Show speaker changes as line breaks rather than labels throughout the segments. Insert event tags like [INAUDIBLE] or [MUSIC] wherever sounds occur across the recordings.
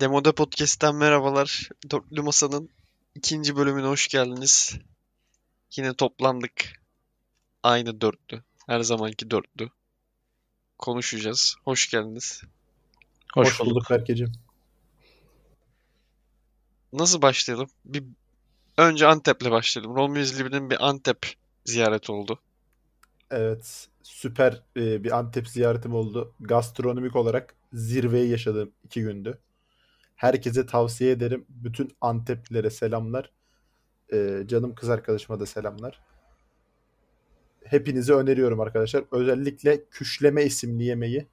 Demoda Podcast'ten merhabalar. Dörtlü Masa'nın ikinci bölümüne hoş geldiniz. Yine toplandık. Aynı dörtlü. Her zamanki dörtlü. Konuşacağız. Hoş geldiniz.
Hoş,
Hoş
bulduk.
bulduk Berkeciğim.
Nasıl başlayalım? Bir önce Antep'le başlayalım. Romeo Zilber'in bir Antep ziyareti oldu.
Evet, süper e, bir Antep ziyaretim oldu. Gastronomik olarak zirveyi yaşadığım iki gündü. Herkese tavsiye ederim. Bütün Anteplilere selamlar. E, canım kız arkadaşıma da selamlar. Hepinizi öneriyorum arkadaşlar. Özellikle küşleme isimli yemeği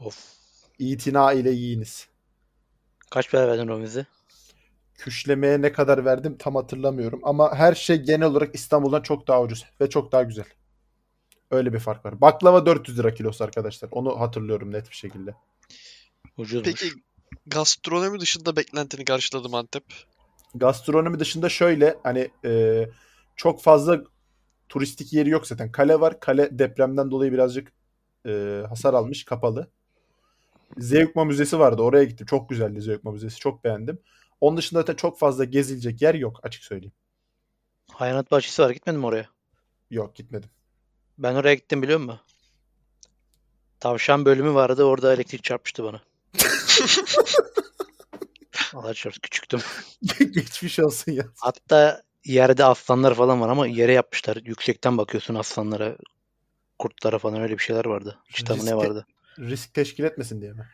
Of.
itina ile yiyiniz.
Kaç para verdin Romiz'e?
Küşlemeye ne kadar verdim tam hatırlamıyorum. Ama her şey genel olarak İstanbul'dan çok daha ucuz ve çok daha güzel. Öyle bir fark var. Baklava 400 lira kilosu arkadaşlar. Onu hatırlıyorum net bir şekilde.
Ucuzmuş.
Peki gastronomi dışında beklentini karşıladı mı Antep?
Gastronomi dışında şöyle hani e, çok fazla turistik yeri yok zaten. Kale var. Kale depremden dolayı birazcık e, hasar almış. Kapalı. Zeugma Müzesi vardı. Oraya gittim. Çok güzeldi Zeugma Müzesi. Çok beğendim. Onun dışında zaten çok fazla gezilecek yer yok açık söyleyeyim.
Hayvanat bahçesi var. Gitmedin mi oraya?
Yok gitmedim. [LAUGHS]
Ben oraya gittim biliyor musun? Tavşan bölümü vardı. Orada elektrik çarpmıştı bana. Allah çarpsın küçüktüm.
Geçmiş olsun ya.
Hatta yerde aslanlar falan var ama yere yapmışlar. Yüksekten bakıyorsun aslanlara, kurtlara falan öyle bir şeyler vardı. İşte tam ne
Riskli.
vardı
Risk teşkil etmesin diye mi?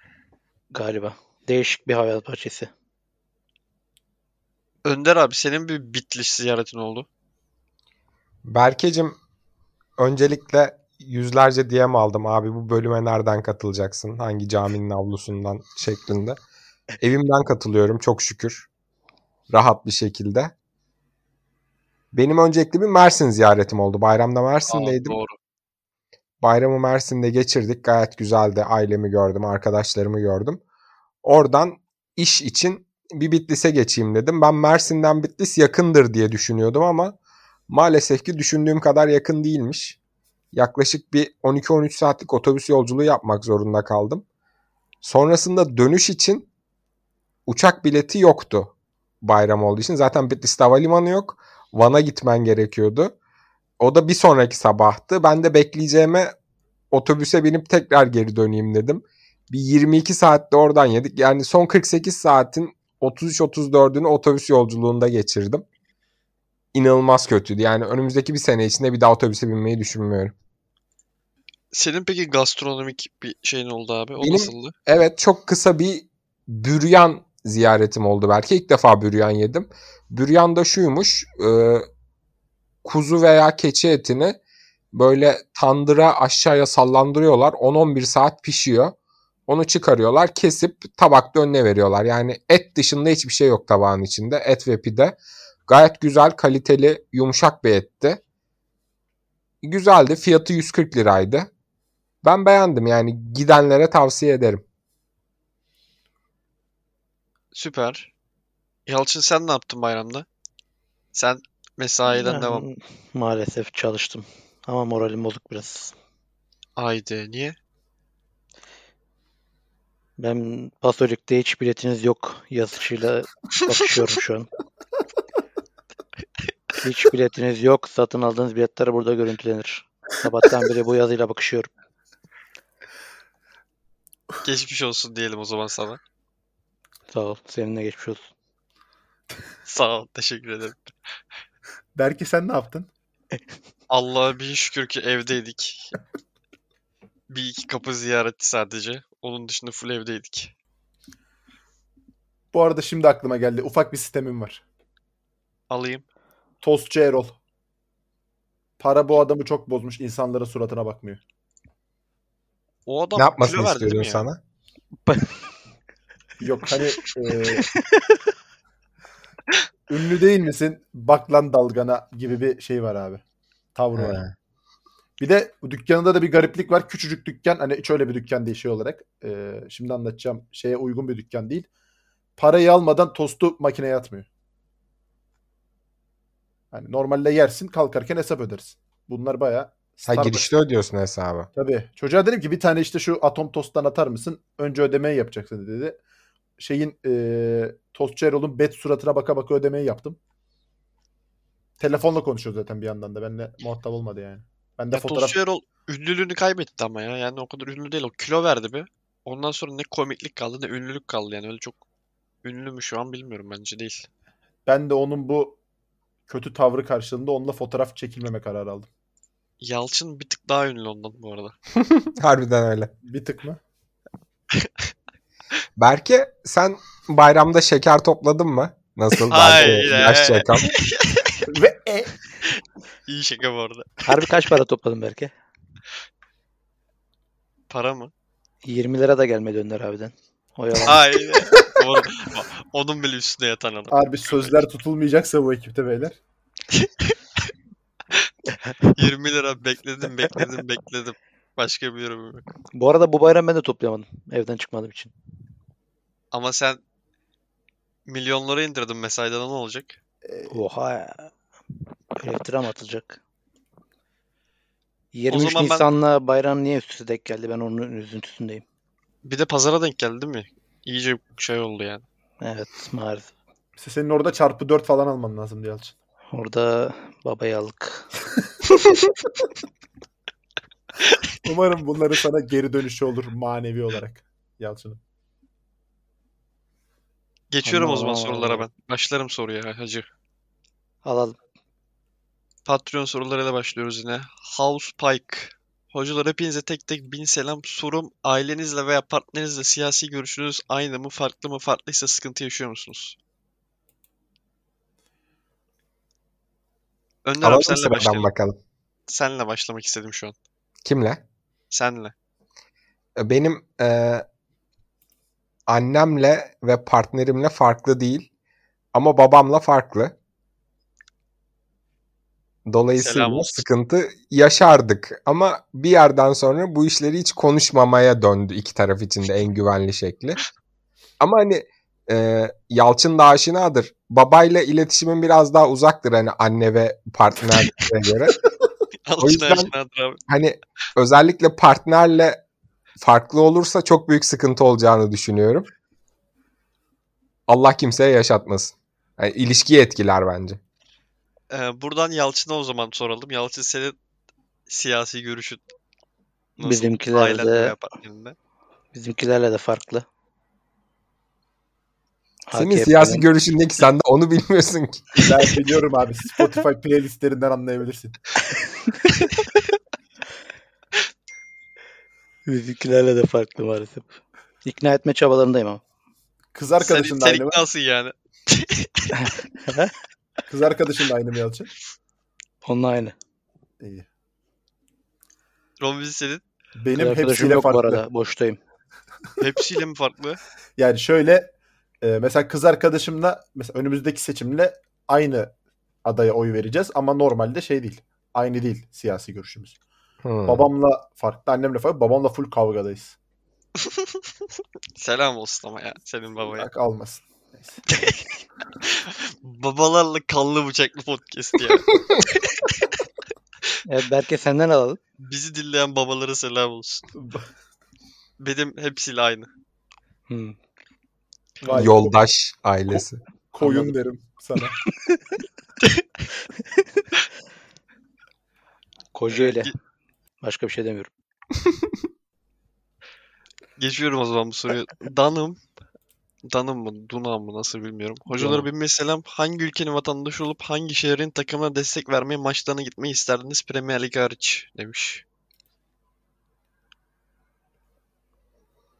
galiba. Değişik bir hayvanat bahçesi.
Önder abi senin bir Bitlis ziyaretin oldu.
Berkecim öncelikle yüzlerce DM aldım abi bu bölüme nereden katılacaksın? Hangi caminin avlusundan şeklinde. Evimden katılıyorum çok şükür. Rahat bir şekilde. Benim öncelikli bir Mersin ziyaretim oldu. Bayramda Mersin'deydim.
Aa, doğru.
Bayramı Mersin'de geçirdik. Gayet güzeldi. Ailemi gördüm, arkadaşlarımı gördüm. Oradan iş için bir Bitlis'e geçeyim dedim. Ben Mersin'den Bitlis yakındır diye düşünüyordum ama maalesef ki düşündüğüm kadar yakın değilmiş. Yaklaşık bir 12-13 saatlik otobüs yolculuğu yapmak zorunda kaldım. Sonrasında dönüş için uçak bileti yoktu bayram olduğu için. Zaten Bitlis'te havalimanı yok. Van'a gitmen gerekiyordu. O da bir sonraki sabahtı. Ben de bekleyeceğime otobüse binip tekrar geri döneyim dedim. Bir 22 saatte oradan yedik. Yani son 48 saatin 33-34'ünü otobüs yolculuğunda geçirdim. İnanılmaz kötüydü. Yani önümüzdeki bir sene içinde bir daha otobüse binmeyi düşünmüyorum.
Senin peki gastronomik bir şeyin oldu abi. O
Benim-
nasıldı?
Evet çok kısa bir büryan ziyaretim oldu belki. İlk defa büryan yedim. Büryan da şuymuş. e, kuzu veya keçi etini böyle tandıra aşağıya sallandırıyorlar. 10-11 saat pişiyor. Onu çıkarıyorlar, kesip tabakta önüne veriyorlar. Yani et dışında hiçbir şey yok tabağın içinde. Et ve pide. Gayet güzel, kaliteli, yumuşak bir etti. Güzeldi. Fiyatı 140 liraydı. Ben beğendim yani gidenlere tavsiye ederim.
Süper. Yalçın sen ne yaptın bayramda? Sen mesaiden
Ben
devam.
Maalesef çalıştım. Ama moralim bozuk biraz.
Haydi niye?
Ben Pasolik'te hiç biletiniz yok yazısıyla bakışıyorum şu an. Hiç biletiniz yok. Satın aldığınız biletler burada görüntülenir. Sabahtan beri bu yazıyla bakışıyorum.
Geçmiş olsun diyelim o zaman sana.
Sağ ol. Seninle geçmiş olsun.
Sağ ol. Teşekkür ederim.
Berke sen ne yaptın?
Allah'a bin şükür ki evdeydik. Bir iki kapı ziyareti sadece. Onun dışında full evdeydik.
Bu arada şimdi aklıma geldi. Ufak bir sistemim var.
Alayım.
Tostçu Erol. Para bu adamı çok bozmuş. İnsanlara suratına bakmıyor.
O adam
ne
kilo
yapmasını
verdi değil mi
istiyordun
ya?
sana?
Yok
[LAUGHS]
hani e, ünlü değil misin? Bak lan dalgana gibi bir şey var abi. Tavrı var.
He.
Bir de bu dükkanında da bir gariplik var. Küçücük dükkan. Hani şöyle bir dükkan değil şey olarak. E, şimdi anlatacağım. Şeye uygun bir dükkan değil. Parayı almadan tostu makineye atmıyor. Hani normalde yersin kalkarken hesap ödersin. Bunlar bayağı
Ha
Starbucks-
girişte ödüyorsun hesabı. [LAUGHS]
Tabii. Çocuğa dedim ki bir tane işte şu atom tosttan atar mısın? Önce ödemeyi yapacaksın dedi. şeyin e, Tostçu Erol'un bet suratına baka baka ödemeyi yaptım. Telefonla konuşuyor zaten bir yandan da. Benle muhatap olmadı yani. Ben de
Ya
fotoğraf
Tosun Erol ünlülüğünü kaybetti ama ya. Yani o kadar ünlü değil. O kilo verdi bir. Ondan sonra ne komiklik kaldı ne ünlülük kaldı. Yani öyle çok ünlü mü şu an bilmiyorum bence değil.
ben de onun bu kötü tavrı karşılığında onunla fotoğraf çekilmeme kararı aldım.
Yalçın bir tık daha ünlü ondan bu arada.
Harbiden öyle.
Bir tık mı?
Berke sen bayramda şeker topladın mı?
[LAUGHS]
Nasıl? Hayır.
Hayır.
Yaş şakam.
Ve e,
İyi şaka bu arada.
Harbi kaç para topladın belki?
Para mı?
20 lira da gelmedi Önder abiden. O yalan.
Hayır. Oğlum, onun bile üstüne yatan adam.
abi sözler tutulmayacaksa bu ekipte beyler.
20 lira bekledim bekledim bekledim. Başka bir yorum yok.
Bu arada bu bayram ben de toplayamadım. Evden çıkmadığım için.
Ama sen milyonlara indirdin mesajda ne olacak?
Oha. Elektram atılacak. 23
zaman ben-
Nisan'la bayram niye üst üste denk geldi? Ben onun üzüntüsündeyim.
Bir de pazara denk geldi değil mi? İyice şey oldu yani.
Evet maalesef.
İşte senin orada çarpı 4 falan alman lazım Yalçın.
Orada babayı aldık.
Umarım bunların sana geri dönüşü olur manevi olarak Yalçın'ım.
Geçiyorum o zaman
Aman.
sorulara ben. Başlarım soruya hacı.
Alalım.
Patreon sorularıyla başlıyoruz yine. House Pike. Hocalar hepinize tek tek bin selam. Sorum ailenizle veya partnerinizle siyasi görüşünüz aynı mı farklı mı farklıysa sıkıntı yaşıyor musunuz? Önder
Alalım
abi senle
sıradan
başlayalım.
bakalım.
Senle başlamak istedim şu an.
Kimle?
Senle.
Benim e, annemle ve partnerimle farklı değil. Ama babamla farklı. Dolayısıyla
Selam olsun.
sıkıntı yaşardık. Ama bir yerden sonra bu işleri hiç konuşmamaya döndü iki taraf için de en güvenli şekli. Ama hani e, Yalçın da aşinadır. Babayla iletişimin biraz daha uzaktır hani anne ve partnerlere göre.
Alçın
yüzden-
Erşen'e abi.
hani özellikle partnerle farklı olursa çok büyük sıkıntı olacağını düşünüyorum. Allah kimseye yaşatmasın. Yani ilişkiyi etkiler bence.
Ee, buradan Yalçın'a o zaman soralım. Yalçın senin siyasi görüşün nasıl?
Bizimkiler
Ailenle
de-
veya partnerinle.
Bizimkilerle de farklı.
Senin
AKP'den
siyasi görüşün ne ki sen de onu bilmiyorsun ki.
Ben biliyorum abi Spotify playlistlerinden anlayabilirsin.
Bizimkilerle de farklı maalesef. İkna etme çabalarındayım ama.
Kız arkadaşın da
Sen
aynı mı?
iddialısın yani.
Kız arkadaşın da aynı mı Yalçın?
Onunla aynı.
İyi.
Robin senin
Kız
Benim
arkadaşım
hepsiyle
yok bu
farklı.
arada. Boştayım.
hepsiyle mi farklı?
Yani şöyle e, mesela kız arkadaşımla mesela önümüzdeki seçimle aynı adaya oy vereceğiz ama normalde şey değil. Aynı değil siyasi görüşümüz.
Hmm.
Babamla farklı, annemle farklı. Babamla full kavgadayız.
Selam olsun ama ya senin babaya.
Bak almasın.
[LAUGHS]
Neyse.
[LAUGHS] Babalarla kanlı bıçaklı podcast ya.
Evet belki E, senden alalım.
Bizi dinleyen babalara selam olsun. Benim hepsiyle aynı.
Hmm.
Vay,
Yoldaş ailesi.
Koyun
Anladım.
derim sana.
Kocaeli.
Ge-
Başka bir şey demiyorum.
Geçiyorum o zaman bu soruyu. Danım. Danım mı? Dunam mı? Nasıl bilmiyorum. Hocalara bir selam. Hangi ülkenin vatandaşı olup hangi şehrin takımına destek vermeye maçlarına gitmeyi isterdiniz Premier Lig hariç demiş.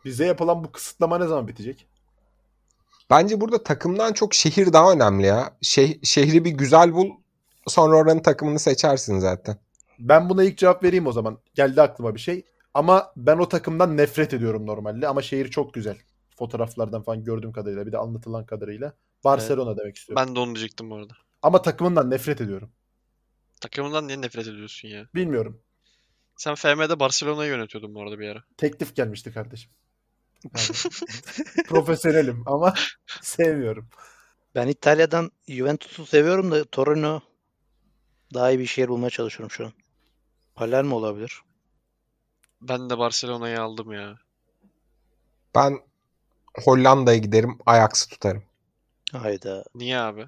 Bize yapılan bu kısıtlama ne zaman bitecek?
Bence burada takımdan çok şehir daha önemli ya. Şeh- şehri bir güzel bul sonra oranın takımını seçersin zaten.
Ben buna ilk cevap vereyim o zaman. Geldi aklıma bir şey. Ama ben o takımdan nefret ediyorum normalde. Ama şehir çok güzel. Fotoğraflardan falan gördüğüm kadarıyla bir de anlatılan kadarıyla. Barcelona demek istiyorum.
Ben de onu diyecektim bu arada.
Ama takımından nefret ediyorum.
Takımından niye nefret ediyorsun ya?
Bilmiyorum.
Sen FM'de Barcelona'yı yönetiyordun bu arada bir ara.
Teklif gelmişti kardeşim. Yani
[LAUGHS]
profesyonelim ama [LAUGHS] sevmiyorum.
Ben İtalya'dan Juventus'u seviyorum da Torino daha iyi bir şehir bulmaya çalışıyorum şu an. Palermo olabilir.
Ben de Barcelona'yı aldım ya.
Ben Hollanda'ya giderim, Ajax'ı tutarım.
Hayda.
Niye abi?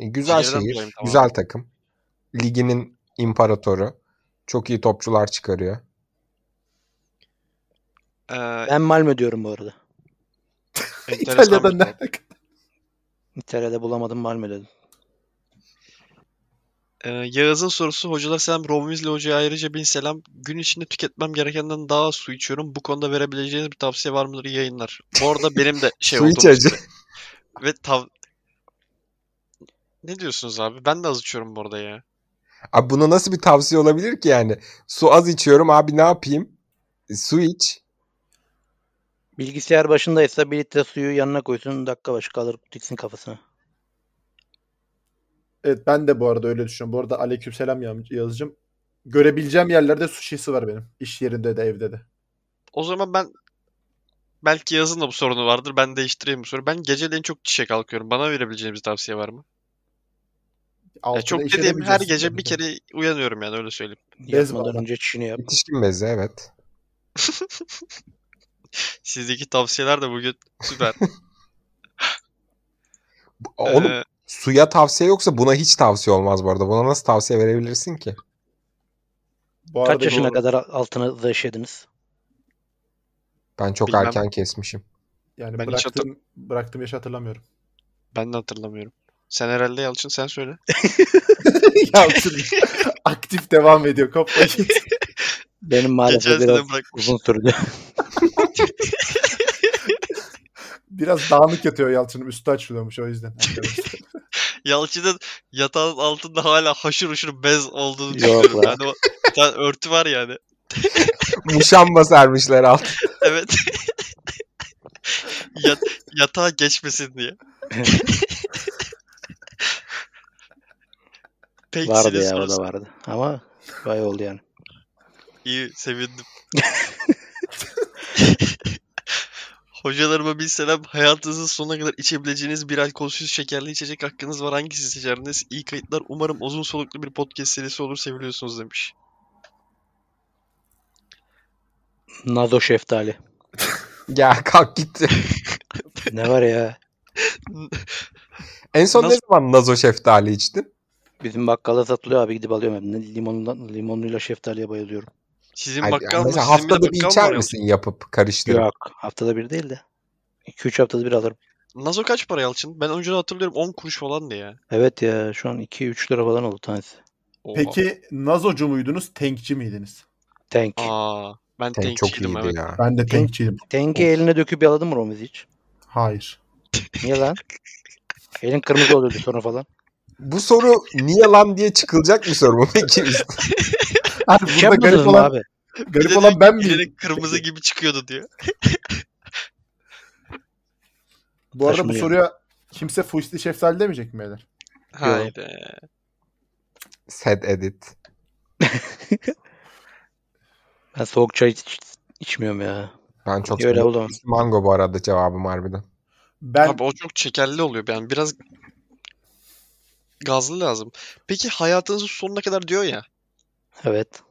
E, Güzel
Şehirden
şehir,
dolayı mı tamamen?
güzel takım. Liginin imparatoru. Çok iyi topçular çıkarıyor.
Ee,
Ben Malmö diyorum bu arada.
enteresan bir
İtalya'da
cevap.
nerede?
İtalya'da bulamadım Malmö dedim.
Ee, Yağız'ın sorusu hocalar selam Romizli Hoca'ya ayrıca bin selam. Gün içinde tüketmem gerekenden daha az su içiyorum. Bu konuda verebileceğiniz bir tavsiye var mıdır İyi yayınlar. Bu arada benim
[LAUGHS]
de şey
Su
oldu.
iç acı.
Ve tav... Ne diyorsunuz abi? Ben de az içiyorum bu arada ya.
Abi buna nasıl bir tavsiye olabilir ki yani? Su az içiyorum abi ne yapayım? E, Su iç.
Bilgisayar başındaysa bir litre suyu yanına koysun dakika başı kalır diksin kafasına.
Evet ben de bu arada öyle düşünüyorum. Bu arada aleykümselam ya- Yağız'cığım. Görebileceğim yerlerde su şişesi var benim. İş yerinde de evde de.
O zaman ben belki Yağız'ın da bu sorunu vardır. Ben değiştireyim bu soruyu. Ben geceleyin çok çişe kalkıyorum. Bana verebileceğiniz bir tavsiye var mı? Ya
Altına
çok
işe
dediğim her
demeyeceksin
gece
tabii
bir
ki.
kere uyanıyorum yani öyle söyleyeyim. [LAUGHS]
Bez
Yatmadan
bağla.
önce çişini yap.
Yetişkin bezi evet.
Sizdeki tavsiyeler de bugün süper.
Bu- Oğlum
Ee,
suya tavsiye yoksa buna hiç tavsiye olmaz bu arada. Buna nasıl tavsiye verebilirsin ki?
Bu arada
Kaç yaşına
doğru.
kadar altına döşediniz?
Ben çok
Bilmem.
erken kesmişim. [LAUGHS]
Yani
Ben hiç
bıraktığım, bıraktığım yaşı [LAUGHS] hatırlamıyorum.
ben de hatırlamıyorum. Sen herhalde Yalçın sen söyle.
ya sırf [LAUGHS] aktif devam ediyor. Kopma git.
Benim
Geçen
maalesef
sene
biraz
bırakmış.
uzun sürdü.
[LAUGHS] Biraz dağınık yatıyor Yalçın'ın. Üstü açılıyormuş o yüzden.
Yalçın'ın yatağın altında hala haşır huşur bez olduğunu
Yok
düşünüyorum.
lan.
Yani o bir tane örtü var yani.
Muşamba sermişler alt. [LAUGHS]
Evet. [LAUGHS] Yat, yatağa geçmesin diye.
[LAUGHS]
Peki
vardı
sizin
ya o
sorusu.
da vardı. Ama vay oldu yani.
İyi sevindim.
[LAUGHS]
[LAUGHS] Hocalarıma bir selam. Hayatınızın sonuna kadar içebileceğiniz bir alkolsüz şekerli içecek hakkınız var. Hangisi seçerdiniz? İyi kayıtlar. Umarım uzun soluklu bir podcast serisi olur. Seviliyorsunuz demiş.
Nazo şeftali.
Ya kalk gitti.
Ne var ya?
[LAUGHS] En son ne
Nasıl-
zaman nazo şeftali içtin?
Bizim bakkala satılıyor abi gidip alıyorum. Ben limonundan, limonluyla şeftaliye bayılıyorum.
Sizin
Ay,
bakkal mı?
mesela
Sizin bir de
haftada bir
bakkal mı
içer
var
misin yapıp karıştırıp?
Yok. Haftada bir değil de. 2-3 haftada bir alırım.
Yalçın? Nazo kaç para Yalçın? Ben önceden hatırlıyorum 10 kuruş falan diye.
Evet ya şu an 2-3 lira falan oldu tanesi.
Oha.
Peki Nazocu muydunuz? Tankçi miydiniz?
Tank.
Aa, ben
Tank çok
tankçiydim
iyiydi
evet.
ya.
Ben de tankçiydim.
Tank'i eline döküp yaladın mı Romiz hiç?
Hayır.
Niye lan? Elin kırmızı oluyordu sonra falan.
Bu soru niye lan diye çıkılacak bir soru mu peki?
Abi burada
Hiç yapmadınız
garip
mı
olan,
abi?
Bir de
garip
diyor
olan
ki,
ben miyim?
"Bilerek kırmızı gibi çıkıyordu diyor.
Bu arada bu
Saçmalıyor.
soruya kimse fuisti şeftali demeyecek mi beyler?
Haydi.
Sad edit.
Ben soğuk çay iç- içmiyorum ya.
Ben çok
Öyle
seviyorum.
oğlum.
Mango bu arada cevabım harbiden.
Ben
Abi o çok şekerli oluyor. Yani biraz gazlı lazım. Peki hayatınızın sonuna kadar diyor ya.
Evet.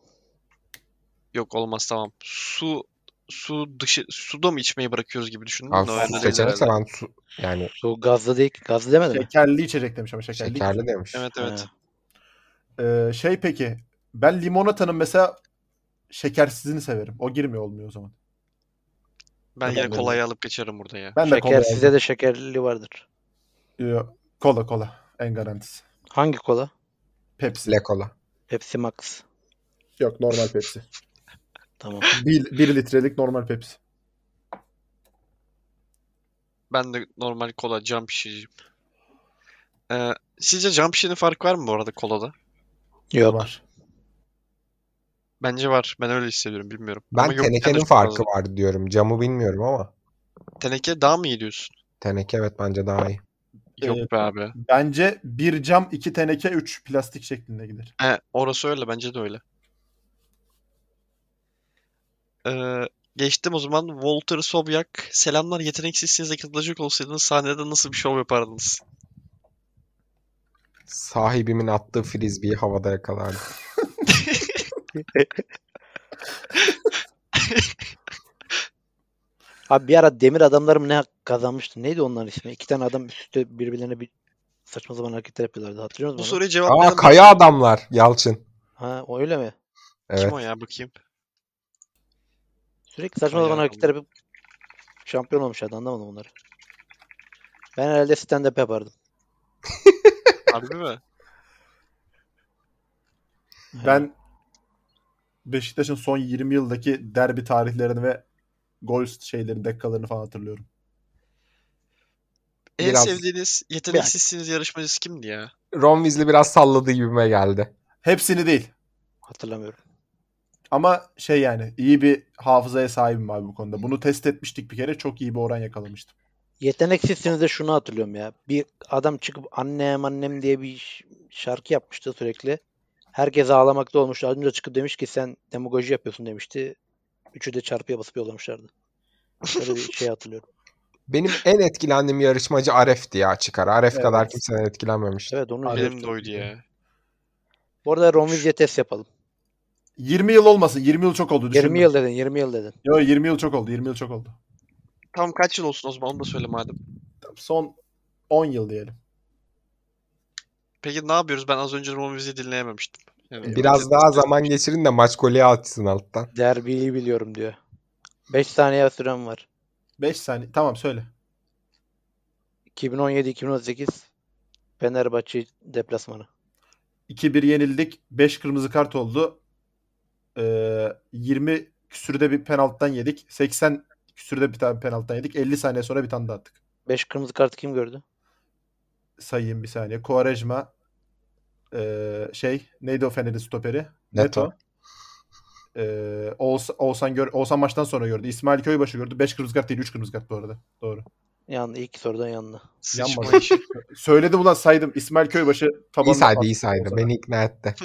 Yok olmaz tamam. Su su dışı suda mı içmeyi bırakıyoruz gibi düşündüm. de
Abi
o
su
öyle değil
seçenekse
herhalde.
ben su yani
Su gazlı değil ki. Gazlı demedi mi?
şekerli içecek demiş ama şekerli.
şekerli demiş.
Evet evet.
Ha.
Ee, şey peki. Ben limonatanın mesela şekersizini severim. O girmiyor olmuyor o zaman.
Ben
Ben
yine
de-
kolayı alıp geçerim burada ya.
Ben de kola
Şeker size de şekerliliği vardır.
yazdım. Ee, Kola kola. En garantisi.
Hangi kola?
Pepsi.
Le kola.
Pepsi Max.
Yok normal Pepsi.
Tamam.
1 bir litrelik normal Pepsi.
Ben de normal kola cam şişeciyim. Ee, sizce cam şişenin farkı var mı bu arada kolada?
Yok.
Var.
Bence var. Ben öyle hissediyorum bilmiyorum.
Ben
Ama yokken de
tenekenin
çok
farkı
fazla.
var diyorum. Camı bilmiyorum ama.
Teneke daha mı iyi diyorsun?
Teneke evet bence daha iyi.
Yok
Evet.
Ee,
be abi.
Bence bir cam, iki teneke, üç plastik şeklinde gider.
He, orası öyle bence de öyle. Ee, geçtim o zaman. Walter Sobyak. Selamlar. Yeteneksizsiniz de katılacak olsaydınız sahnede nasıl bir şov yapardınız?
Sahibimin attığı frisbee'yi
[LAUGHS]
havada yakalardım.
Abi bir ara demir adamlar mı ne kazanmıştı? Neydi onların ismi? İki tane adam üst üste birbirlerine bir saçma zaman hareketler yapıyorlardı. Hatırlıyor
Bu
musunuz? onu?
soruya cevap veren
Aa
bir-
kaya adamlar Yalçın.
Ha o öyle mi?
Kim
Evet.
o ya bakayım.
Sürekli saçma
Hay
zaman
Allah.
hareketler yapıp şampiyon olmuşlardı. Anlamadım bunları. Ben herhalde stand-up yapardım.
Harbi mi?
Ben Beşiktaş'ın son 20 yıldaki derbi tarihlerini ve gol şeylerini, dakikalarını falan hatırlıyorum.
En
Biraz-
sevdiğiniz yeteneksizsiniz yarışmacısı kimdi ya?
Ron Weasley biraz salladı gibime geldi.
Hepsini değil.
Hatırlamıyorum.
Ama şey yani iyi bir hafızaya sahibim abi bu konuda. Bunu test etmiştik bir kere. Çok iyi bir oran yakalamıştım.
Yeteneksizsiniz de şunu hatırlıyorum ya. Bir adam çıkıp annem annem diye bir ş- şarkı yapmıştı sürekli. Herkes ağlamakta olmuştu. Az önce çıkıp demiş ki sen demagoji yapıyorsun demişti. Üçü de çarpıya basıp yollamışlardı. Böyle bir
[LAUGHS]
şey hatırlıyorum.
Benim en etkilendiğim yarışmacı Aref'ti ya çıkar. Aref
Evet.
kadar kimseden etkilenmemişti.
Evet onu
Abi-
üzüldüm.
Benim de oydu ya.
Bu arada Ron Weasley'e test yapalım.
20 yıl olmasın. 20 yıl çok oldu. Düşündüm.
20 yıl dedin 20 yıl dedin.
Yo, 20 yıl çok oldu. 20 yıl çok oldu.
Tam kaç yıl olsun o zaman onu da söyle madem.
Tamam, Son 10 yıl diyelim.
Peki ne yapıyoruz? Ben az önce Ron Weasley'i dinleyememiştim. Yani
Biraz daha zaman geçirin de maç golü atsın alttan.
Derbiyi biliyorum diyor. 5 saniye sürem var.
5 saniye. Tamam söyle.
2017-2018 Fenerbahçe deplasmanı.
2-1 yenildik. 5 kırmızı kart oldu. Ee, 20 küsürde bir penaltıdan yedik. 80 küsürde bir tane penaltıdan yedik. 50 saniye sonra bir tane daha attık.
5 kırmızı kart kim gördü?
Sayayım bir saniye. Kovarejma ee, şey neydi o Fener'in stoperi?
Neto.
Ee, Oğuz- Oğuzhan, gör, Oğuzhan maçtan sonra gördü. İsmail Köybaşı gördü. 5 kırmızı kart değil 3 kırmızı kart bu arada. Doğru.
Yanlı ilk sorudan yanlı.
Sıçma
Yanmadı.
işi.
Söyledim ulan saydım. İsmail Köybaşı tabanına
İyi saydı
attı
iyi saydı.
Oğuzhan'a.
Beni ikna etti.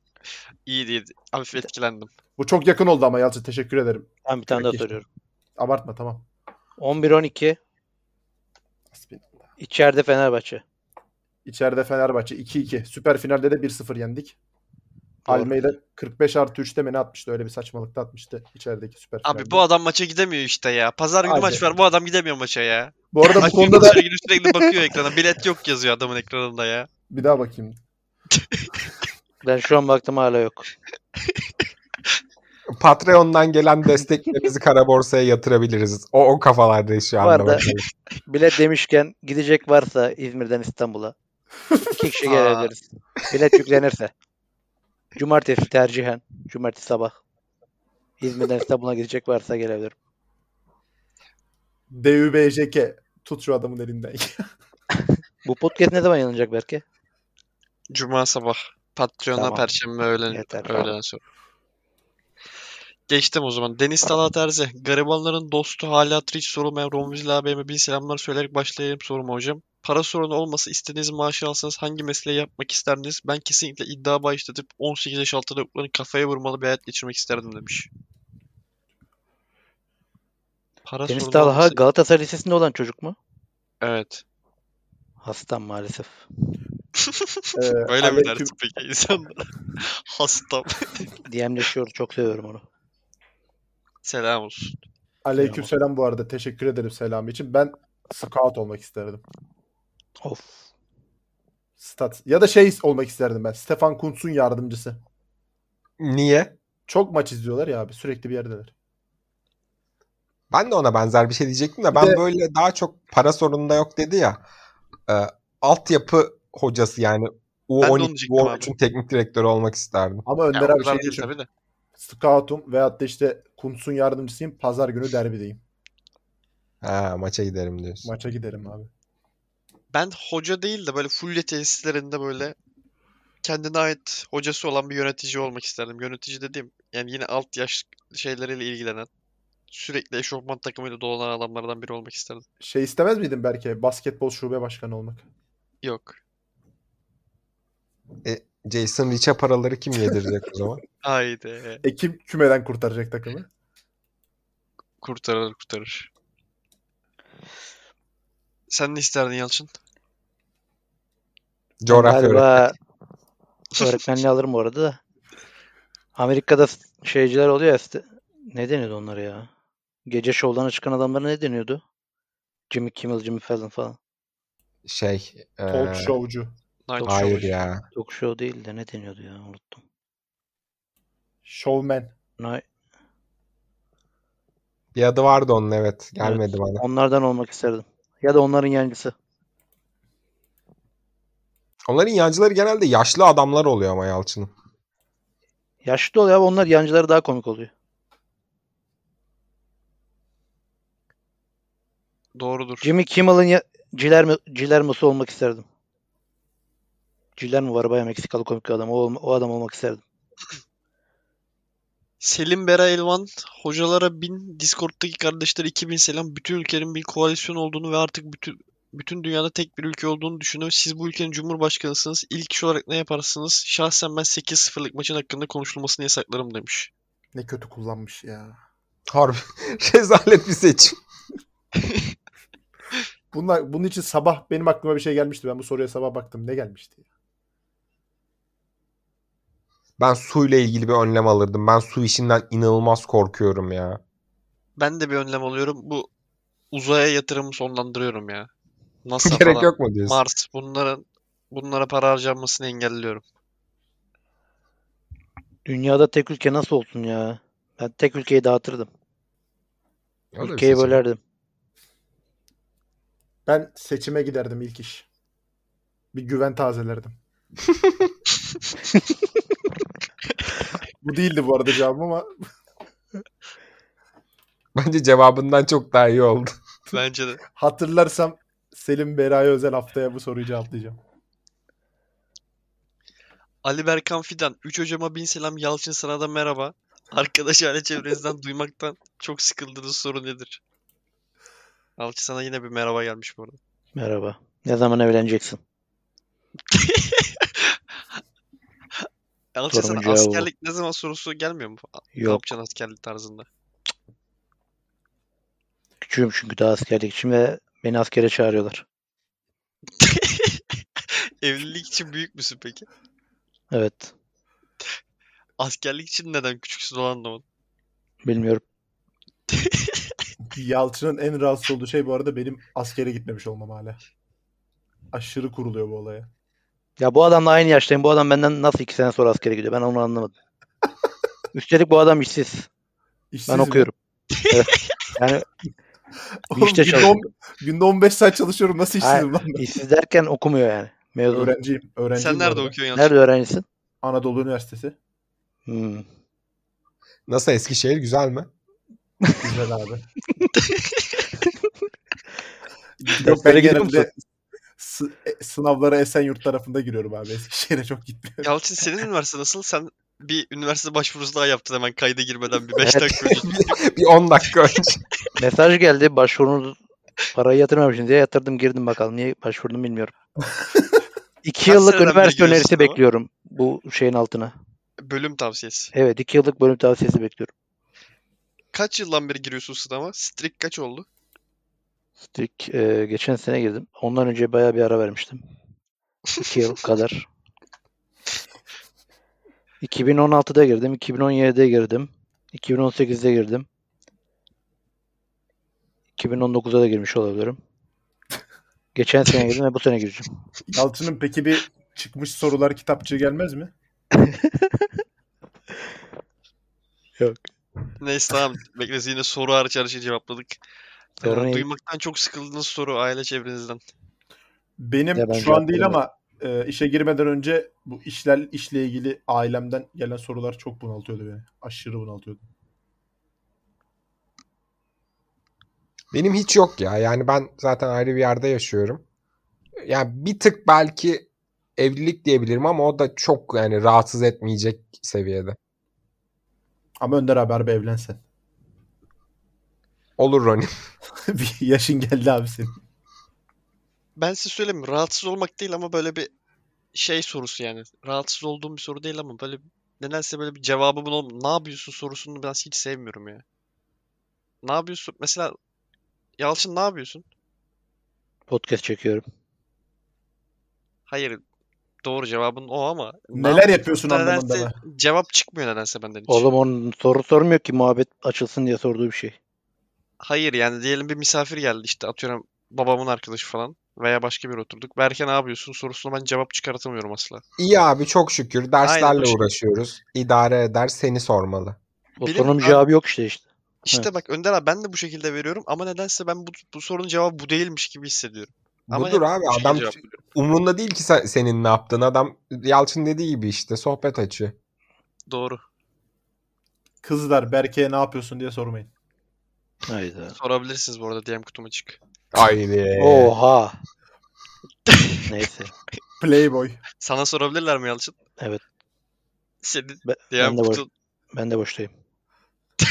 [LAUGHS]
İyi değil. Hafif etkilendim.
Bu çok yakın oldu ama Yalçın teşekkür ederim.
Ben bir tane daha
Peki.
soruyorum.
Abartma tamam.
11-12 içeride Fenerbahçe.
İçeride Fenerbahçe 2-2. Süper finalde de 1-0 yendik.
Doğru.
Almeyda 45 artı 3'te mi ne atmıştı? Öyle bir saçmalıkta atmıştı içerideki süper finalde.
Abi bu adam maça gidemiyor işte ya. Pazar günü
Abi.
maç var. Bu adam gidemiyor maça ya.
bu arada bu
Maç günü
konuda da
maça gidiyor, sürekli bakıyor ekrana. Bilet yok yazıyor adamın ekranında ya.
bir daha bakayım.
Ben şu an baktım hala yok.
Patreon'dan gelen destekle bizi kara borsaya yatırabiliriz. O, o kafalardayız şu
Bu
anda.
arada-
bakalım.
Bilet demişken gidecek varsa İzmir'den İstanbul'a. iki kişi
Aa.
gelebiliriz. Bilet yüklenirse. Cumartesi tercihen. Cumartesi sabah. İzmir'den İstanbul'a gidecek varsa gelebilirim.
DÜBJK tut şu adamın
[LAUGHS]
elinden. Ee,
Bu podcast ne zaman yayınlanacak belki?
Cuma sabah. Patreon'a
Tamam.
perşembe öğlen,
Yeter,
öğleden
tamam.
sonra. Geçtim o zaman. Deniz Talat Erze. Garibanların dostu hala hiç sorulmayan Romvizli abime bin selamlar söyleyerek başlayayım soruma hocam. Para sorunu olmasa istediğiniz maaşı alsanız hangi mesleği yapmak isterdiniz? Ben kesinlikle iddia başlatıp 18 yaş altı çocukların kafaya vurmalı bir hayat geçirmek isterdim demiş. Para
Deniz
sorunu
Talha
olmasa-
Galatasaray Lisesi'nde olan çocuk mu?
Evet.
Hastam maalesef.
Ee,
Böyle mi
aleyküm-
dersin peki insanlara? [LAUGHS] Hastam.
DM'leşiyor. Çok seviyorum onu.
Selam olsun.
Aleyküm selam bu arada. Teşekkür ederim selamı için. Ben scout olmak isterdim.
Of.
Stat. Ya da şey olmak isterdim ben. Stefan Kuntz'un yardımcısı.
Niye?
Çok maç izliyorlar ya abi. Sürekli bir yerdeler.
Ben de ona benzer bir şey diyecektim
Bir
de ben
de-
böyle daha çok para sorununda yok dedi ya. E, altyapı hocası yani U12,
diyecektim abi.
U13'ün teknik direktörü olmak isterdim.
Ama
Ya,
Önder
o
abi
kadar
şey
değil
düşün.
tabii de.
Scout'um veyahut da işte Kuntz'un yardımcısıyım. Pazar günü derbideyim.
Ha, maça giderim diyorsun.
Maça giderim abi.
Ben hoca değil de böyle fulye tesislerinde böyle kendine ait hocası olan bir yönetici olmak isterdim. Yönetici dediğim yani yine alt yaş şeyleriyle ilgilenen sürekli eşofman takımıyla dolanan adamlardan biri olmak isterdim.
Şey istemez miydin belki basketbol şube başkanı olmak?
Yok.
E, Jason Rich'e paraları kim yedirecek o zaman?
Haydi.
Ekim kümeden kurtaracak takımı.
Kurtarır kurtarır. Sen ne isterdin Yalçın?
Coğrafya öğretmeni.
Galiba
[LAUGHS]
öğretmenliği alırım bu arada da. Amerika'da şeyciler oluyor ya. st- Ne deniyordu onlara ya? Gece şovlarına çıkan adamlara ne deniyordu? Jimmy Kimmel, Jimmy Fallon falan.
Şey.
Talk
e,
showcu.
Night
Hayır
Show.
ya.
Talk show değil de ne deniyordu ya unuttum.
Showman.
Na-
Bir adı vardı onun evet. Gelmedi
Evet.
bana.
Onlardan olmak isterdim. Ya da onların yancısı.
Onların yancıları genelde yaşlı adamlar oluyor ama Yalçın'ın.
Yaşlı oluyor abi onlar yancıları daha komik oluyor.
Doğrudur.
Jimmy Kimmel'ın ya- Cilermo, Cilermo'su olmak isterdim. Cilermo var bayağı Meksikalı komik bir adam. O, olma- o adam olmak isterdim.
Selim Bera Elvan, hocalara bin, Discord'daki kardeşler 2000 selam. Bütün ülkenin bir koalisyon olduğunu ve artık bütün bütün dünyada tek bir ülke olduğunu düşünün. Siz bu ülkenin cumhurbaşkanısınız. İlk iş olarak ne yaparsınız? Şahsen ben 8-0'lık maçın hakkında konuşulmasını yasaklarım demiş.
Ne kötü kullanmış ya.
Harbi. [LAUGHS] Rezalet bir seçim.
Bunlar, bunun için sabah benim aklıma bir şey gelmişti. Ben bu soruya sabah baktım. Ne gelmişti?
Ben suyla ilgili bir önlem alırdım. Ben su işinden inanılmaz korkuyorum ya.
Ben de bir önlem alıyorum. Bu uzaya yatırımı sonlandırıyorum
[LAUGHS]
ya. NASA
Gerek
falan,
yok mu diyorsun?
Mars bunların bunlara para harcanmasını engelliyorum.
Dünyada tek ülke nasıl olsun ya? Ben tek ülkeyi dağıtırdım.
O da bir
Ülkeyi
seçim.
bölerdim.
Ben seçime giderdim ilk iş. Bir güven tazelerdim. bu değildi bu arada cevabım ama
Bence cevabından çok daha iyi oldu. [LAUGHS]
Bence de.
hatırlarsam Selim Beray'a özel haftaya bu soruyu cevaplayacağım.
Ali Berkan Fidan. 3 hocama bin selam. Yalçın sana da merhaba. Arkadaş aile
[LAUGHS]
çevrenizden duymaktan çok sıkıldığınız soru nedir? Yalçın sana yine bir merhaba gelmiş bu arada.
Merhaba. Ne zaman evleneceksin?
Yalçın sana
Sorumun cevabı bu.
askerlik ne zaman sorusu gelmiyor mu? Ne
Yok.
yapacaksın askerlik tarzında? [LAUGHS]
Küçüğüm çünkü daha askerlik için ve beni askere çağırıyorlar.
Evlilik için büyük müsün peki?
Evet.
Askerlik için neden küçüksün onu anlamadım.
Bilmiyorum.
Yalçın'ın en rahatsız olduğu şey bu arada benim askere gitmemiş olmam hala. Aşırı kuruluyor bu olaya.
Ya bu adamla aynı yaştayım. Bu adam benden nasıl iki sene sonra askere gidiyor? Ben onu anlamadım. Üstelik bu adam işsiz.
İşsiz
Ben
mi?
okuyorum. Evet. Yani
[LAUGHS] Oğlum,
işte
günde, on- günde 15 saat çalışıyorum. Nasıl işsizim lan ben?
işsiz derken okumuyor yani. Mezun.
Öğrenciyim. öğrenciyim
Sen
bu
nerede
arada.
okuyorsun Yalçın?
Nerede öğrencisin?
Anadolu Üniversitesi.
Hmm.
Nasıl Eskişehir güzel mi? [LAUGHS]
Güzel
[LAUGHS]
abi.
Yok,
Yok
böyle
ben
gidiyor
genelde
musun?
s- e, sınavlara Esenyurt tarafında giriyorum abi. Eskişehir'e çok gitmiyorum.
Yalçın senin üniversite nasıl? Sen bir üniversite başvurusu daha yaptın hemen kayda girmeden bir 5
Evet.
dakika önce.
bir 10 dakika önce. [LAUGHS]
Mesaj geldi. Başvurunuz parayı yatırmamışsınız diye yatırdım girdim bakalım. Niye başvurdum bilmiyorum. iki
Kaç
yıllık
seneden beri
üniversite
giriyorsun
önerisi
sınava?
bekliyorum bu şeyin altına.
Bölüm tavsiyesi.
Evet iki yıllık bölüm tavsiyesi bekliyorum.
Kaç yıldan beri giriyorsun sınava? Strik kaç oldu?
İlk, e, geçen sene girdim. Ondan önce bayağı bir ara vermiştim. İki yıl kadar. 2016'da girdim. 2017'de girdim. 2018'de girdim. 2019'da da girmiş olabilirim. Geçen sene girdim ve bu sene gireceğim.
Yalçın'ın peki bir çıkmış sorular kitapçığı gelmez mi?
Neyse tamam. Bekle yine soru hariç her şeyi cevapladık. Ee,
Sorun değil.
duymaktan çok sıkıldığınız soru aile çevrenizden.
Benim
Ya ben
şu an
cevap
değil
veremem.
ama e, işe girmeden önce bu işler işle ilgili ailemden gelen sorular çok bunaltıyordu beni. Aşırı bunaltıyordu.
Benim hiç yok ya. Yani ben zaten ayrı bir yerde yaşıyorum. Yani bir tık belki evlilik diyebilirim ama o da çok yani rahatsız etmeyecek seviyede.
Ama Önder abi harbi evlensen. [LAUGHS]
Olur Ronin.
bir yaşın geldi abi senin.
Ben size söyleyeyim mi? Rahatsız olmak değil ama böyle bir şey sorusu yani. Rahatsız olduğum bir soru değil ama böyle nedense böyle bir cevabı bulalım. Ne yapıyorsun sorusunu ben hiç sevmiyorum ya. Ne yapıyorsun? Mesela Yalçın ne yapıyorsun?
Podcast çekiyorum.
Hayır. Doğru cevabın o ama ne
Neler yapıyorsun anlamında
Nedense
mı?
cevap çıkmıyor nedense benden hiç.
Oğlum onun soru sormuyor ki muhabbet açılsın diye sorduğu bir şey.
Hayır yani diyelim bir misafir geldi işte atıyorum babamın arkadaşı falan veya başka bir oturduk. Berke ne yapıyorsun sorusuna ben cevap çıkartamıyorum asla.
İyi abi çok şükür.
Aynen,
Derslerle
hoş-
uğraşıyoruz. İdare eder seni sormalı.
O
Bilim-
sorunun
Abi-
cevabı yok işte işte.
İşte bak Önder abi ben de bu şekilde veriyorum ama nedense ben bu, bu sorunun cevabı bu değilmiş gibi hissediyorum. Ama
Budur
hep
abi
bu şekilde
adam
cevap veriyorum.
umrunda değil ki sen- senin ne yaptığın. Adam Yalçın dediği gibi işte sohbet açı.
Doğru.
Kızlar Berke'ye ne yapıyorsun diye sormayın.
Hayda.
Sorabilirsiniz bu arada DM kutum açık.
Haydi.
Oha. Neyse.
Playboy.
Sana sorabilirler mi Yalçın?
Evet.
Senin
Be-
DM
ben de var-
kutun
Ben de boştayım.
[LAUGHS]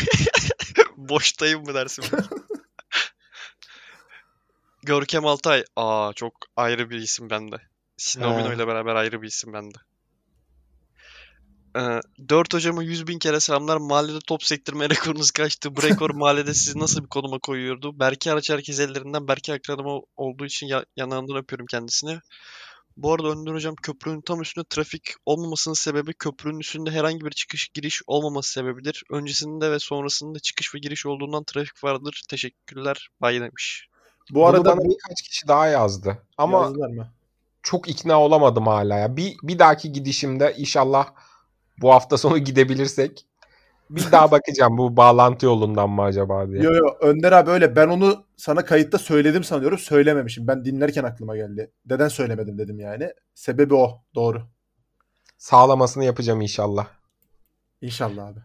boştayım mı dersin? Görkem Altay. Aa çok ayrı bir isim bende. Sinomino
Ha.
ile beraber ayrı bir isim bende. Ee, 4 hocama 100 bin kere selamlar. Mahallede top sektirme [LAUGHS] rekorunuz kaçtı. Bu rekor mahallede sizi nasıl bir konuma koyuyordu? Berke Araç herkes ellerinden. Berke akranım ol- olduğu için ya- yanağından öpüyorum kendisini. Bu arada Önder Hocam köprünün tam üstünde trafik olmamasının sebebi köprünün üstünde herhangi bir çıkış giriş olmaması sebebidir. Öncesinde ve sonrasında çıkış ve giriş olduğundan trafik vardır. Teşekkürler. Bay demiş.
Bu
Bu arada
arada
bana birkaç kişi daha yazdı. Ama
yazdılar mı?
çok ikna olamadım hala ya. Bir, bir dahaki gidişimde inşallah bu hafta sonu gidebilirsek bir daha bakacağım bu bağlantı yolundan mı acaba diye.
Yo yo Önder abi öyle ben onu sana kayıtta söyledim sanıyorum söylememişim. Ben dinlerken aklıma geldi. Neden söylemedim dedim yani. Sebebi o doğru.
Sağlamasını yapacağım inşallah.
İnşallah abi.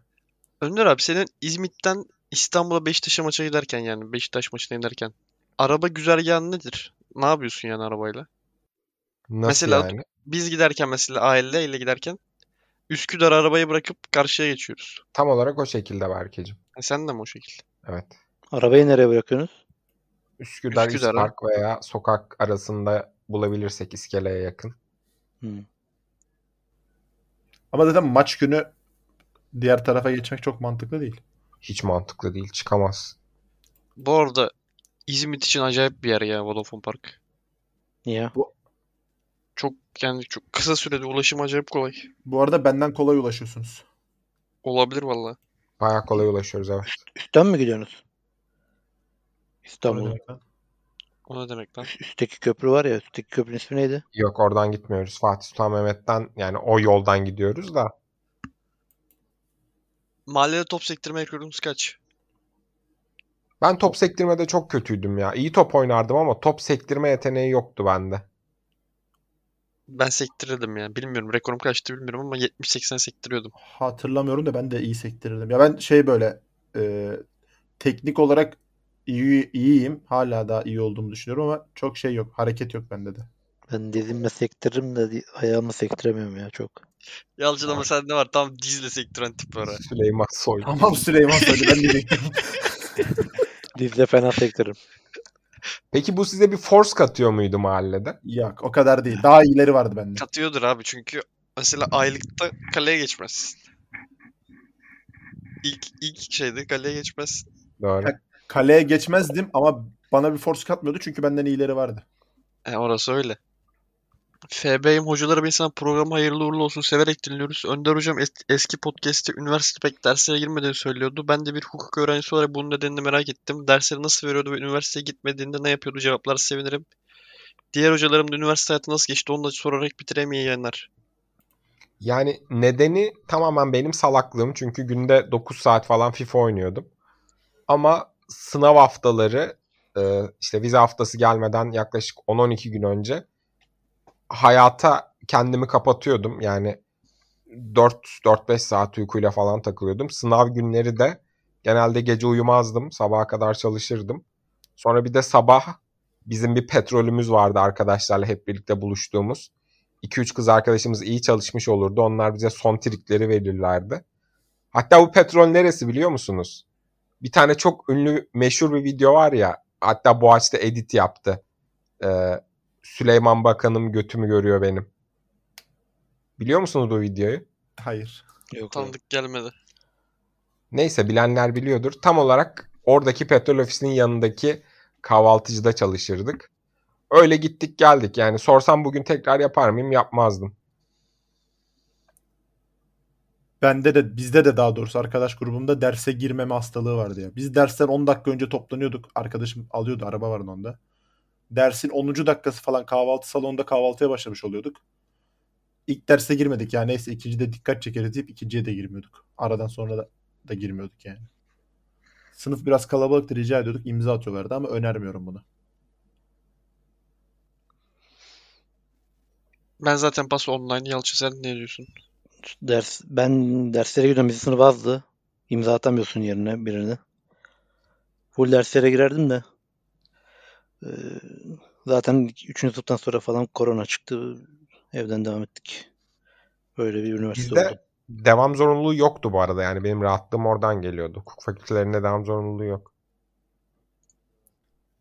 Önder abi senin İzmit'ten İstanbul'a Beşiktaş'a maça giderken yani Beşiktaş maçına giderken araba güzergahın nedir? Ne yapıyorsun yani arabayla?
Nasıl
Mesela-
yani?
Biz giderken mesela aileyle giderken Üsküdar arabayı bırakıp karşıya geçiyoruz.
Tam olarak o şekilde Berkeciğim.
E sen de mi o şekilde?
Evet.
Arabayı nereye bırakıyorsunuz?
Üsküdar,
Üsküdar'a.
İspark veya sokak arasında bulabilirsek iskeleye yakın.
Hmm.
Ama zaten maç günü diğer tarafa geçmek çok mantıklı değil.
Hiç mantıklı değil. Çıkamaz.
Bu arada İzmit için acayip bir yer ya Vodafone Park.
Niye?
Çok yani çok kısa sürede ulaşım acayip kolay.
Bu arada benden kolay ulaşıyorsunuz.
Olabilir valla.
Bayağı kolay ulaşıyoruz evet.
Üstten mi gidiyorsunuz?
O ne
İstanbul'a.
demek lan?
O ne demek lan?
Üstteki köprü var ya. Üstteki köprünün ismi neydi?
Yok oradan gitmiyoruz. Fatih Sultan Mehmet'ten yani o yoldan gidiyoruz da
Mahallede top sektirme rekorumuz kaç?
ben top sektirmede çok kötüydüm ya. İyi top oynardım ama top sektirme yeteneği yoktu bende.
Ben sektirirdim yani. Bilmiyorum rekorum kaçtı bilmiyorum ama 70-80 sektiriyordum.
Hatırlamıyorum da ben de iyi sektirirdim. Ya ben şey böyle e, teknik olarak iyi iyiyim. Hala daha iyi olduğumu düşünüyorum ama çok şey yok. Hareket yok bende de.
Ben dizimle sektiririm de di- ayağımı sektiremiyorum ya çok.
Yalçın ama
Var.
sende var. Tam dizle sektiren tip var ha.
Süleyman
[LAUGHS]
Soylu.
Tamam Süleyman söyle ben diyecektim.
Dizle fena sektiririm.
Peki bu size bir force katıyor muydu mahallede?
[LAUGHS] yok o kadar değil. Daha iyileri vardı bende.
Katıyordur abi çünkü mesela aylıkta kaleye geçmezsin. İlk, ilk şeyde kaleye geçmezsin.
Doğru.
Kaleye geçmezdim ama bana bir force katmıyordu çünkü benden iyileri vardı.
E, orası öyle. FB'yim hocalara bir insan programı hayırlı uğurlu olsun severek dinliyoruz. Önder hocam es- eski podcast'te üniversite pek derslere girmediğini söylüyordu. Ben de bir hukuk öğrencisi olarak bunun nedenini merak ettim. Dersleri nasıl veriyordu ve üniversiteye gitmediğinde ne yapıyordu cevaplar sevinirim. Diğer hocalarım da üniversite hayatı nasıl geçti onu da sorarak bitireyim iyi yayınlar.
Yani nedeni tamamen benim salaklığım. Çünkü günde 9 saat falan FIFA oynuyordum. Ama sınav haftaları e, işte vize haftası gelmeden yaklaşık 10-12 gün önce hayata kendimi kapatıyordum. Yani 4-4-5 saat uykuyla falan takılıyordum. Sınav günleri de genelde gece uyumazdım. Sabaha kadar çalışırdım. Sonra bir de sabah bizim bir petrolümüz vardı arkadaşlarla hep birlikte buluştuğumuz. 2-3 kız arkadaşımız iyi çalışmış olurdu. Onlar bize son trikleri verirlerdi. Hatta bu petrol neresi biliyor musunuz? Bir tane çok ünlü meşhur bir video var ya. Hatta Boğaç'ta edit yaptı. Ee, Süleyman Bakanım götümü görüyor benim. Biliyor musunuz bu videoyu?
Hayır.
Yok.
Tanıdık gelmedi.
Neyse bilenler biliyordur. Tam olarak oradaki petrol ofisinin yanındaki kahvaltıcıda çalışırdık. Öyle gittik geldik. Yani sorsam bugün tekrar yapar mıyım yapmazdım.
bende de bizde de daha doğrusu arkadaş grubumda derse girmeme hastalığı vardı ya. Biz dersten 10 dakika önce toplanıyorduk. Arkadaşım alıyordu araba vardı onda. Dersin 10. dakikası falan kahvaltı salonunda kahvaltıya başlamış oluyorduk. İlk derse girmedik ya neyse ikincide dikkat çekeriz deyip ikinciye de girmiyorduk. Aradan sonra da, da girmiyorduk yani. Sınıf biraz kalabalıktı rica ediyorduk imza atıyorlardı ama önermiyorum bunu.
Ben zaten pas online Yalçın sen ne diyorsun?
Ders, ben derslere gidiyorum. Bizim sınıf azdı. İmza atamıyorsun yerine birini. Full derslere girerdim de. Ee, zaten 3. sınıftan sonra falan korona çıktı. Evden devam ettik. Böyle bir üniversite
Bizde-
oldu.
Devam zorunluluğu yoktu bu arada yani benim rahatlığım oradan geliyordu. Hukuk fakültelerinde devam zorunluluğu yok.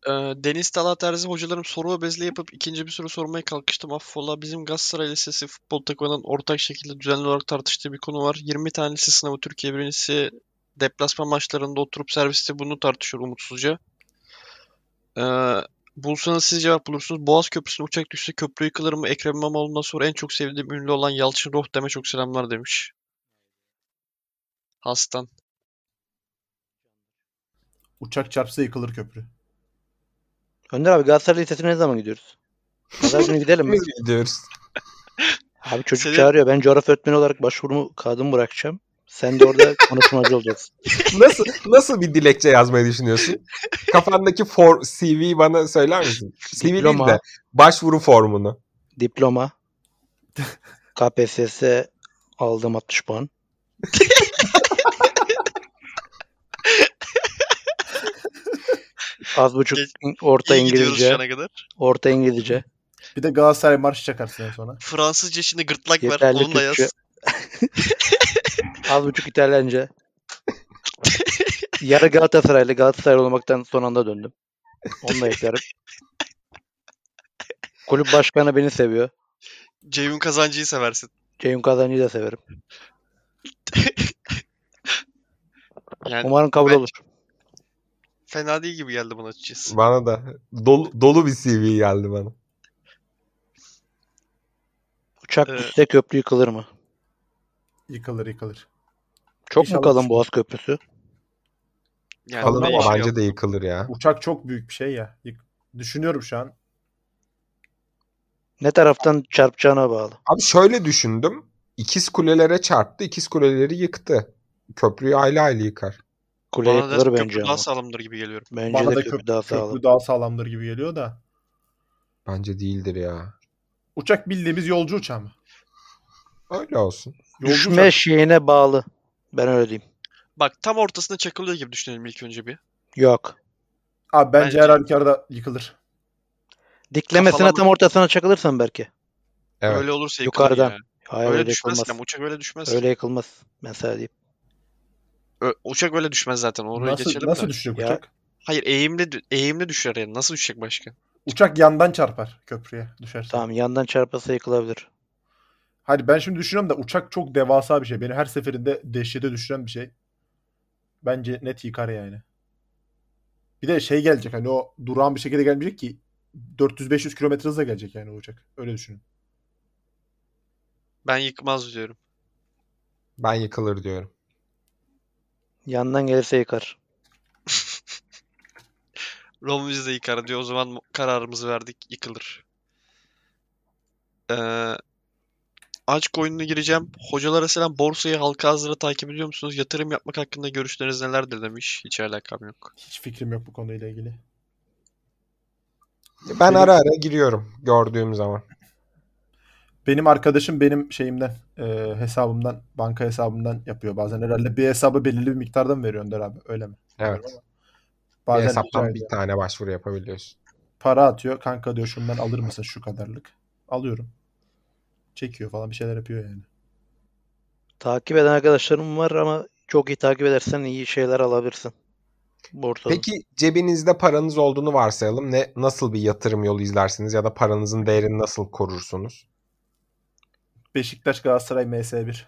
Ee, Deniz Talat Erzi hocalarım soru obezliği yapıp ikinci bir soru sormaya kalkıştım. Affola bizim Galatasaray Lisesi futbol takımının ortak şekilde düzenli olarak tartıştığı bir konu var. 20 tanesi sınavı Türkiye birincisi deplasman maçlarında oturup serviste bunu tartışıyor umutsuzca. Ee, bulsanız siz cevap bulursunuz. Boğaz Köprüsü'ne uçak düşse köprü yıkılır mı? Ekrem İmamoğlu'ndan sonra en çok sevdiğim ünlü olan Yalçın Rohtem'e çok selamlar demiş. Hastan.
Uçak çarpsa yıkılır köprü.
Önder abi Galatasaray Lisesi'ne ne zaman gidiyoruz? Pazar günü
[LAUGHS]
gidelim mi?
Biz gidiyoruz.
Abi çocuk
Senin-
çağırıyor. Ben coğrafya öğretmeni olarak başvurumu kadın bırakacağım. Sen de
[LAUGHS]
orada konuşmacı olacaksın.
[LAUGHS] Nasıl nasıl bir dilekçe yazmayı düşünüyorsun? Kafandaki for CV bana söyler misin? CV değil
Diploma.
de başvuru formunu.
Diploma. KPSS aldım 60
[LAUGHS]
puan. Az buçuk
Geç-
orta
İyi gidiyoruz şu
İngilizce.
ana kadar.
Orta İngilizce.
Bir de Galatasaray marşı çakarsın en sona.
Fransızca şimdi gırtlak ver.
Yeterli
Onu da yaz.
[LAUGHS] Türkçe. Az buçuk İtalyanca. Yarı Galatasaraylı Galatasaraylı olmaktan son anda döndüm. Onu da eklerim. Kulüp başkanı beni seviyor.
Ceyhun Kazancı'yı seversin.
Ceyhun Kazancı'yı da severim.
Yani
Umarım kabul
ben-
olur.
fena değil gibi geldi bana açıkçası.
Bana da dolu, dolu bir CV geldi bana.
Uçak
Evet.
düşse köprü yıkılır mı?
Yıkılır yıkılır.
Çok
İnşallah
mu kalın
düşmez.
Boğaz Köprüsü?
Yani şey
Kalın
ne
ama
işe
bence
yarıyor?
de yıkılır ya.
Uçak çok büyük bir şey ya. Yık- Düşünüyorum şu an.
Ne taraftan çarpacağına bağlı.
Abi şöyle düşündüm. İkiz kulelere çarptı. ikiz kuleleri yıktı. Köprüyü aile aile yıkar.
Kule
Bana da
yıkılır
köprü
bence
daha
ama.
sağlamdır gibi geliyorum.
Bence
Bana
de
da
köprü,
köprü,
daha sağlam.
köprü daha sağlamdır gibi geliyor da.
Bence değildir ya.
Uçak bildiğimiz yolcu uçağı mı?
Öyle olsun.
Yolcu
Düşme
uçağı.
şeyine bağlı. Ben öyle diyeyim.
Bak tam ortasına çakılıyor gibi düşünelim ilk önce bir.
Yok.
Abi bence,
Bence-
her halükarda yıkılır.
Diklemesine
Kafalama-
tam ortasına çakılırsan belki.
Evet.
Öyle olursa yıkılır
Yukarıdan.
ya.
Hayır
Öyle,
öyle,
düşmez
yıkılmaz.
ki ama uçak öyle düşmez.
Öyle yıkılmaz. Ben sana diyeyim.
Ö- uçak öyle düşmez zaten. Oraya
Nasıl,
geçelim
nasıl
de.
düşecek
Ya-
uçak?
Hayır eğimli dü- eğimli düşer yani. Nasıl düşecek başka?
Uçak yandan çarpar köprüye düşerse.
Tamam yandan çarpasa yıkılabilir.
Hadi ben şimdi düşünüyorum da uçak çok devasa bir şey. Beni her seferinde dehşete düşüren bir şey. Bence net yıkar yani. Bir de şey gelecek hani o durağan bir şekilde gelmeyecek ki 400-500 kilometre hızla gelecek yani o uçak. Öyle düşünün.
Ben yıkmaz diyorum.
Ben yıkılır diyorum.
Yandan gelirse yıkar.
Romviz de yıkar diyor. O zaman mu- kararımızı verdik. Yıkılır. Ee, aç koyununa gireceğim. Hocalara selam. Borsayı halka hazıra takip ediyor musunuz? Yatırım yapmak hakkında görüşleriniz nelerdir demiş. Hiç alakam yok.
Hiç fikrim yok bu konuyla ilgili.
Ben
Benim-
ara ara giriyorum gördüğüm zaman.
Benim arkadaşım benim şeyimden e, hesabımdan banka hesabımdan yapıyor bazen herhalde bir hesabı belirli bir miktardan veriyor Önder abi öyle mi?
Evet.
Bilmiyorum ama
Bir
Bazen rica
hesaptan bir
ediyor.
tane başvuru yapabiliyorsun.
para atıyor kanka diyor şundan alır mısın şu kadarlık alıyorum çekiyor falan bir şeyler yapıyor yani.
Takip eden arkadaşlarım var ama çok iyi takip edersen iyi şeyler alabilirsin. Borsada.
Peki cebinizde paranız olduğunu varsayalım. Ne nasıl bir yatırım yolu izlersiniz ya da paranızın değerini nasıl korursunuz?
Beşiktaş Galatasaray MS1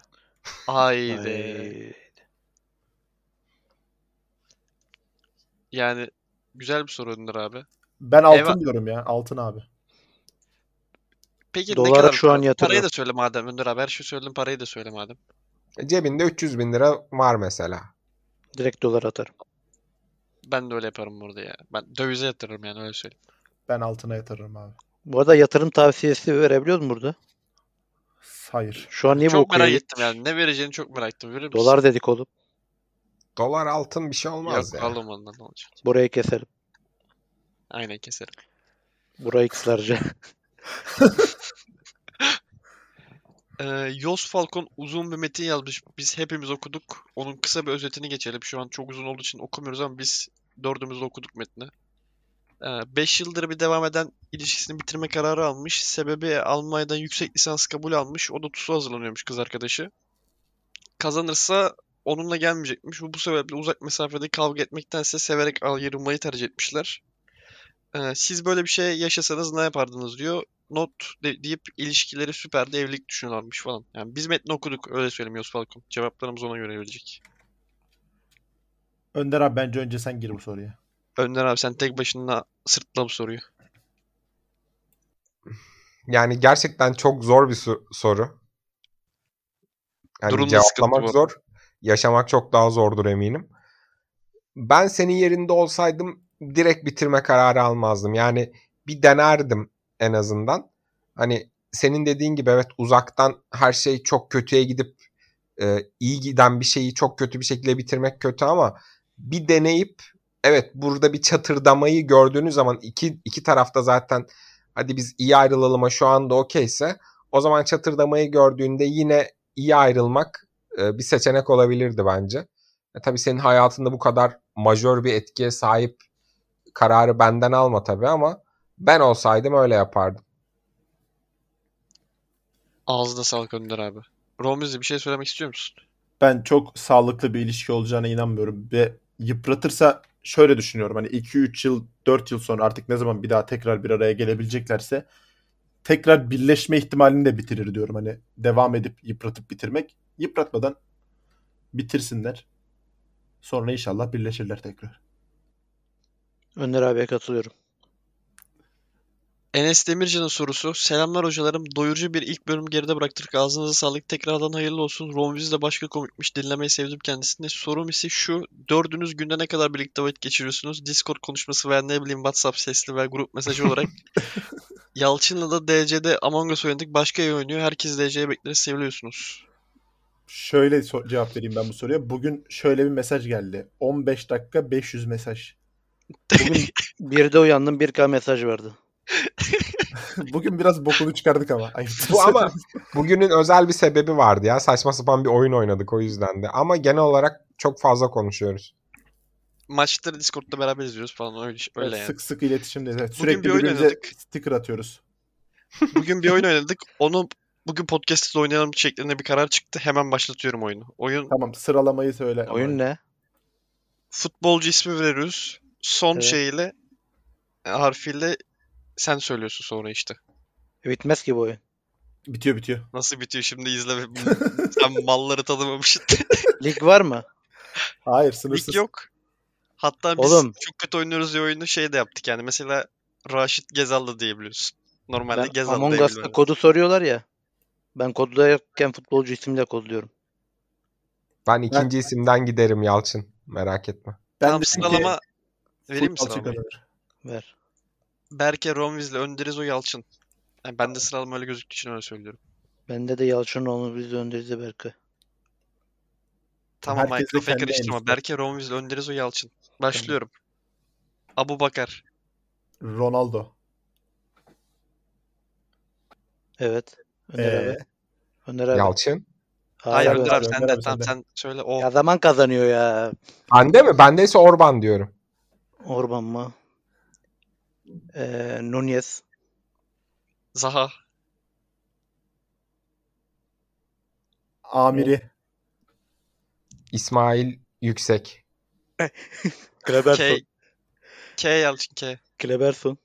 Haydi.
Ay,
Yani güzel bir soru Önder abi.
ben altın
Eyvah.
diyorum ya altın abi
Peki ne
Dolara
kadar
şu
para-
an
Parayı
yatırıyorum.
şey da söyle madem Önder abi. Her şeyi söyledim parayı da söyle madem.
E, Cebinde 300 bin lira var mesela.
Direkt dolar atarım.
Ben de öyle yaparım burada ya. Ben dövize yatırırım yani öyle söyleyeyim.
Ben altına yatırırım abi.
Bu arada yatırım tavsiyesi verebiliyoruz mu burada?
Hayır.
Şu an niye bu
çok merak
okuyor?
ettim yani. Ne vereceğini çok merak ettim. Verir misin?
Dolar dedik oğlum.
Dolar altın bir şey olmaz
Yok
ya.
alım ondan ne olacak.
Burayı keselim.
Aynen keserim.
Burayı kısarca.
Ee, Yos Falcon uzun bir metin yazmış. Biz hepimiz okuduk. Onun kısa bir özetini geçelim. Şu an çok uzun olduğu için okumuyoruz ama biz dördümüz de okuduk metni. 5 yıldır bir devam eden ilişkisini bitirme kararı almış. Sebebi Almanya'dan yüksek lisans kabul almış. O da TUS'a hazırlanıyormuş kız arkadaşı. Kazanırsa onunla gelmeyecekmiş. Bu, bu sebeple uzak mesafede kavga etmektense severek ayrılmayı tercih etmişler. Ee, siz böyle bir şey yaşasanız ne yapardınız diyor not de- deyip ilişkileri süperdi evlilik düşünüyorlarmış falan. Yani biz metni okuduk öyle söyleyeyim Yos Falcon. Cevaplarımız ona göre verecek.
Önder abi bence önce sen gir bu soruya.
Önder abi sen tek başına sırtla bu soruyu.
Yani gerçekten çok zor bir su- soru. Yani
Durum da sıkıntı
cevaplamak
bu.
zor. Yaşamak çok daha zordur eminim. Ben senin yerinde olsaydım direkt bitirme kararı almazdım. Yani bir denerdim en azından. Hani senin dediğin gibi evet uzaktan her şey çok kötüye gidip e, iyi giden bir şeyi çok kötü bir şekilde bitirmek kötü ama bir deneyip evet burada bir çatırdamayı gördüğünüz zaman iki iki tarafta zaten hadi biz iyi ayrılalıma şu anda okeyse o zaman çatırdamayı gördüğünde yine iyi ayrılmak e, bir seçenek olabilirdi bence. E, tabii senin hayatında bu kadar majör bir etkiye sahip kararı benden alma tabii ama ben olsaydım öyle yapardım.
Ağzına sağlık Önder abi. Romizi bir şey söylemek istiyor musun?
Ben çok sağlıklı bir ilişki olacağına inanmıyorum ve yıpratırsa şöyle düşünüyorum. Hani 2-3 yıl, 4 yıl sonra artık ne zaman bir daha tekrar bir araya gelebileceklerse tekrar birleşme ihtimalini de bitirir diyorum. Hani devam edip yıpratıp bitirmek. Yıpratmadan bitirsinler. Sonra inşallah birleşirler tekrar.
[LAUGHS] Önder abiye katılıyorum.
Enes Demircan'ın sorusu. Selamlar hocalarım. Doyurucu bir ilk bölüm geride bıraktık. Ağzınıza sağlık. Tekrardan hayırlı olsun. Romviz de başka komikmiş. Dinlemeyi sevdim kendisini. Sorum ise şu. Dördünüz günde ne kadar birlikte vakit geçiriyorsunuz? Discord konuşması veya ne bileyim WhatsApp sesli veya grup mesajı olarak. Yalçın'la da DC'de Among Us oynadık. Başka ev oynuyor. Herkes DC'ye bekleriz. Seviliyorsunuz.
Şöyle so- cevap vereyim ben bu soruya. Bugün şöyle bir mesaj geldi. 15 dakika 500 mesaj.
Bugün bir de uyandım 1K mesaj vardı.
[LAUGHS] Bugün biraz bokunu çıkardık ama. Ayıptır
Bu ama
söylemesi.
bugünün özel bir sebebi vardı ya. Saçma sapan bir oyun oynadık o yüzden de. Ama genel olarak çok fazla konuşuyoruz.
[LAUGHS] Maçları Discord'da beraber izliyoruz falan. Öyle, öyle yani.
Sık sık iletişimdeyiz. Evet,
Bugün
sürekli
bir oyun
birbirimize
oynadık.
sticker atıyoruz.
Bugün bir oyun oynadık. Onu bugün podcast'ta oynayalım şeklinde bir karar çıktı. Hemen başlatıyorum oyunu. Oyun
Tamam sıralamayı söyle.
Oyun ne?
futbolcu ismi veriyoruz. Son
Evet.
şeyle e, harfiyle sen söylüyorsun sonra işte.
Bitmez ki bu oyun.
Bitiyor bitiyor.
Nasıl bitiyor şimdi izle. ve-
[LAUGHS]
sen malları tanımamışsın.
Lig var mı?
Hayır
Lig
sınırsız.
yok. Hatta biz
Oğlum.
çok kötü oynuyoruz diye oyunu şey de yaptık yani. Mesela Raşit Gezal da diyebiliyorsun. Normalde
Ben
Gezal
Among
diyebiliyorum.
Us'ta kodu soruyorlar ya. Ben kodlarken futbolcu isimle kodluyorum.
Ben ikinci isimden giderim Yalçın. Merak etme.
Tamam
dedim ki,
sıralama vereyim mi
futbol
sıralamayı?
çıkarır.
Ver.
Berke, Romvizli, Önderiz, o Yalçın. Yani ben de sıralama öyle gözüktüğü için öyle söylüyorum.
Bende de Yalçın onu biz önderiz Berkay.
Tamam
Herkes de
Michael
kendi
karıştırma.
en üstte.
Berke, Romvizli, Önderiz, o Yalçın. Başlıyorum. Abu Bakar,
Ronaldo.
Evet. Önder
Ee,
abi. Önder abi.
Yalçın.
Hayır
Hayır,
Önder abi
Önder
sen de
abi,
tamam
sen de.
sen söyle o
Ya zaman kazanıyor ya.
Bende mi? Bendeyse Orban diyorum.
Orban mı? Ee, Nunez.
Zaha
Amiri.
İsmail Yüksek.
Kleberson.
K K Yalçın K.
Şey- Kleberson.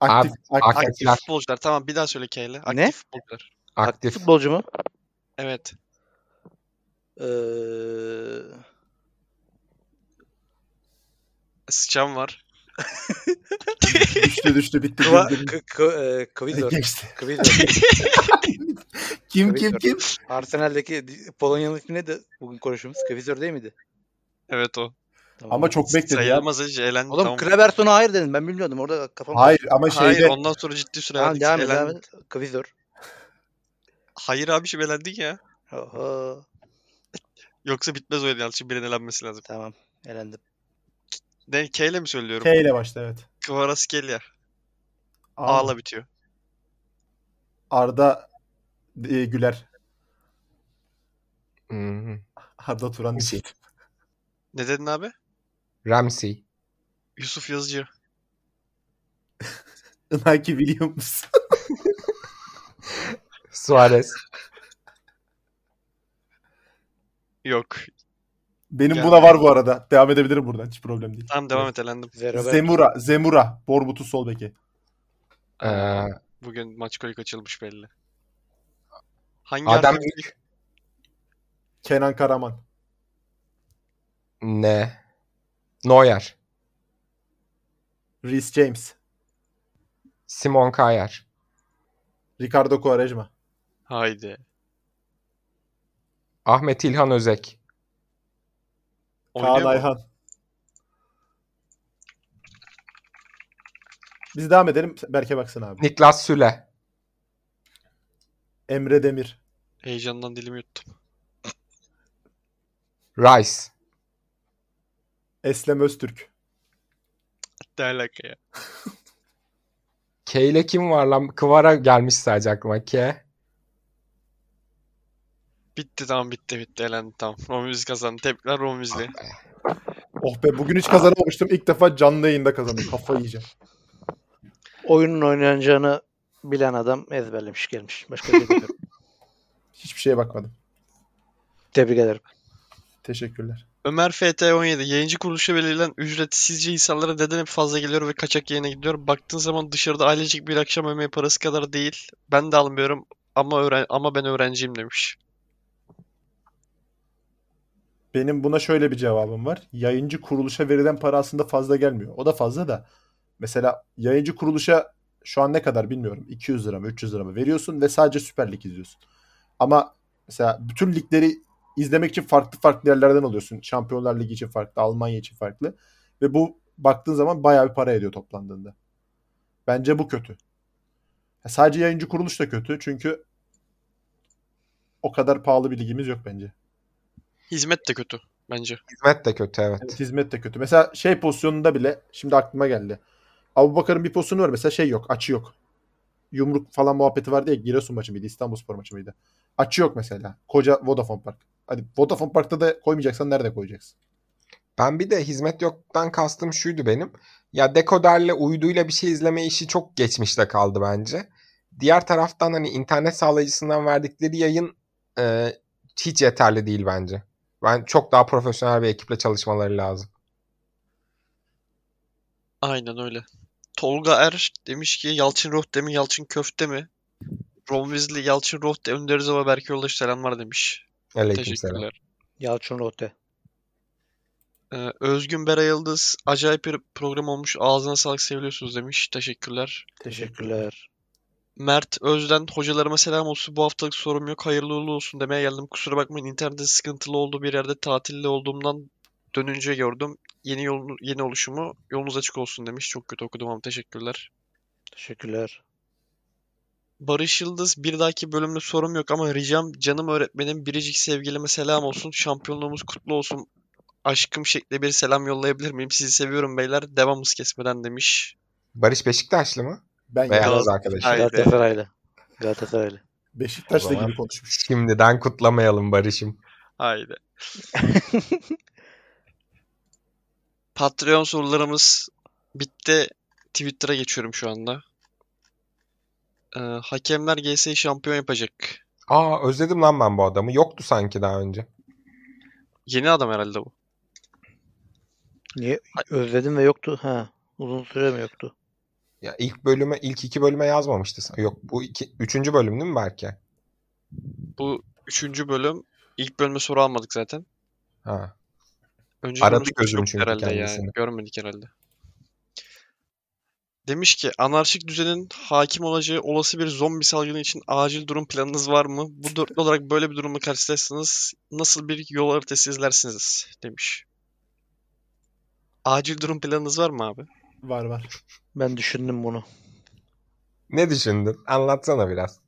Aktif, aktif.
ak-
Aktif
Aktifler.
futbolcular. Tamam bir daha söyle K ile. Aktif
Ne?
futbolcular.
Aktif.
Futbolcu mu?
Evet.
Ee,
Sıçan var.
düştü düştü bitti.
Kıva,
güldüm.
k- k- e, Kvido.
[LAUGHS] Geçti.
Kvido.
Kim
Tabii
kim
ki.
kim?
Arsenal'deki di- Polonyalı ismi neydi bugün konuştuğumuz? Kvizör değil miydi?
Evet o.
Tamam.
Ama çok bekledi ya.
Sayılmaz Ece. Elendi
Oğlum
tamam.
Kreberson'a hayır dedin. Ben bilmiyordum. Orada kafam...
Hayır ama
Hayır
şeyde
ondan sonra ciddi süre
Tamam
verdik.
devam et.
Elendi.
Devam et. Kvizör.
Hayır abi şimdi elendik ya.
Oho.
Yoksa bitmez o Yalçın birinin elenmesi lazım.
Tamam. Elendim.
Ne K ile mi söylüyorum?
K ile başladı evet.
Kvaratskhelia.
Ağla.
A'la bitiyor.
Arda e, Güler.
Hı-hı.
Arda Turan.
Şey.
Ne dedin abi?
Ramsey.
Yusuf Yazıcı.
[LAUGHS] Nike Williams.
Suarez.
Yok.
Benim
Yani-
buna var bu arada. Devam edebilirim buradan. Hiç problem değil.
Tamam devam et elendim.
Zero
Zemura. Zemura. Borbut'un sol beki.
Ee,
Bugün maç golü kaçılmış belli. Hangi
Adam
arka-
Yük.
Kenan Karaman.
Ne? Neuer.
Reece James.
Simon Kayer.
Ricardo Quaresma.
Haydi.
Ahmet İlhan Özek.
Oynuyor
Kaan
mu?
Ayhan. Biz devam edelim. Berke baksın abi.
Niklas Süle.
Emre Demir.
Heyecandan dilimi yuttum. [LAUGHS]
Rice.
Eslem Öztürk.
Ne alaka ya?
K ile kim var lan? Kıvara gelmiş sadece aklıma. K.
Bitti tamam bitti bitti elendi tamam. Romüz kazandı. Tebrikler Romüz'le.
Oh be bugün hiç kazanamamıştım. İlk defa canlı yayında kazandım. Kafayı yiyeceğim.
Oyunun oynanacağını bilen adam ezberlemiş gelmiş. Başka bir şey yok.
Hiçbir şeye bakmadım.
Tebrik ederim.
Teşekkürler.
Ömer FT17 yayıncı kuruluşa verilen ücret sizce insanlara neden hep fazla geliyor ve kaçak yayına gidiyor? Baktığın zaman dışarıda ailecek bir akşam yemeği parası kadar değil. Ben de almıyorum ama öğren ama ben öğrenciyim demiş.
Benim buna şöyle bir cevabım var. Yayıncı kuruluşa verilen para aslında fazla gelmiyor. O da fazla da. Mesela yayıncı kuruluşa şu an ne kadar bilmiyorum. 200 lira mı 300 lira mı veriyorsun ve sadece Süper Lig izliyorsun. Ama mesela bütün ligleri izlemek için farklı farklı yerlerden alıyorsun. Şampiyonlar Ligi için farklı, Almanya için farklı. Ve bu baktığın zaman bayağı bir para ediyor toplandığında. Bence bu kötü. Ya Sadece yayıncı kuruluş da kötü çünkü o kadar pahalı bir ligimiz yok bence.
Hizmet de kötü bence.
Hizmet de kötü evet.
Evet, Hani hizmet de kötü. Mesela şey pozisyonunda bile şimdi aklıma geldi. Abu Bakar'ın bir pozisyonu var mesela şey yok. Açı yok. Yumruk falan muhabbeti vardı ya Giresun maçı mıydı? İstanbulspor maçı mıydı? Açı yok mesela. Koca Vodafone Park. Hadi Vodafone Park'ta da koymayacaksan nerede koyacaksın?
Ben bir de hizmet yoktan kastım şuydu benim. Ya dekoderle uyduyla bir şey izleme işi çok geçmişte kaldı bence. Diğer taraftan hani internet sağlayıcısından verdikleri yayın e, hiç yeterli değil bence. Ben çok daha profesyonel bir ekiple çalışmaları lazım.
Aynen öyle. Tolga Er demiş ki Yalçın Rohde mi Yalçın Köfte mi? Romvizli Yalçın Rohde Önder Özal ve Berke Yoldaş selamlar demiş.
Aleykümselam.
Teşekkürler.
Yalçın Rote.
Ee, Özgün Bera Yıldız acayip bir program olmuş. Ağzına sağlık seviliyorsunuz demiş. Teşekkürler.
Teşekkürler.
Mert Özden hocalarıma selam olsun. Bu haftalık sorum yok. Hayırlı uğurlu olsun demeye geldim. Kusura bakmayın internette sıkıntılı olduğu bir yerde tatilde olduğumdan dönünce gördüm. Yeni yolun, yeni oluşumu yolunuz açık olsun demiş. Çok kötü okudum ama teşekkürler.
Teşekkürler.
Barış Yıldız bir dahaki bölümde sorum yok ama ricam canım öğretmenim biricik sevgilime selam olsun. Şampiyonluğumuz kutlu olsun. Aşkım şekli bir selam yollayabilir miyim? Sizi seviyorum beyler. Devam hız kesmeden demiş.
Barış Beşiktaşlı mı?
Ben
Beyaz
ya,
Galatasaray.
arkadaş.
Haydi.
Galatasaraylı. Galatasaraylı.
Beşiktaş'la
O zaman-
gibi konuşmuş.
Şimdiden kutlamayalım Barış'ım.
Haydi. [LAUGHS] Patreon sorularımız bitti. Twitter'a geçiyorum şu anda. Ee, hakemler GS'yi şampiyon yapacak.
Aa özledim lan ben bu adamı. Yoktu sanki daha önce.
Yeni adam herhalde bu.
Niye? Özledim ve yoktu. Ha. Uzun süre mi yoktu?
Ya ilk bölüme, ilk iki bölüme yazmamıştı. Yok bu iki, üçüncü bölüm değil mi belki?
Bu üçüncü bölüm. İlk bölümde soru almadık zaten.
Ha.
Önceki
Aradı
bölümde
gözüm
yoktu
çünkü
herhalde ya.
kendisini.
Görmedik herhalde. Demiş ki anarşik düzenin hakim olacağı olası bir zombi salgını için acil durum planınız var mı? Bu dörtlü olarak böyle bir durumla karşılaşsanız nasıl bir yol haritası izlersiniz? Demiş. Acil durum planınız var mı abi?
Var var.
Ben düşündüm bunu.
Ne düşündün? Anlatsana biraz.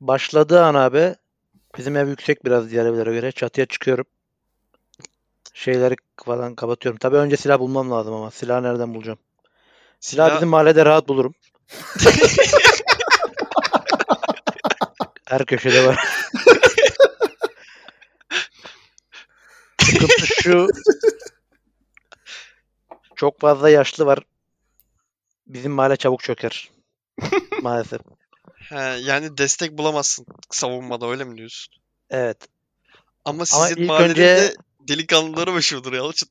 Başladığı an abi bizim ev yüksek biraz diğer evlere göre. Çatıya çıkıyorum. Şeyleri falan kapatıyorum. Tabii önce silah bulmam lazım ama. Silahı nereden bulacağım? Silah
Silah-
bizim mahallede rahat bulurum. Her köşede var. Sıkıntı şu. Çok fazla yaşlı var. Bizim mahalle çabuk çöker. Maalesef.
He, yani destek bulamazsın savunmada öyle mi diyorsun?
Evet.
Ama
Ama
sizin
ilk
mahallede
önce-
delikanlıları meşhurdur Yalçın.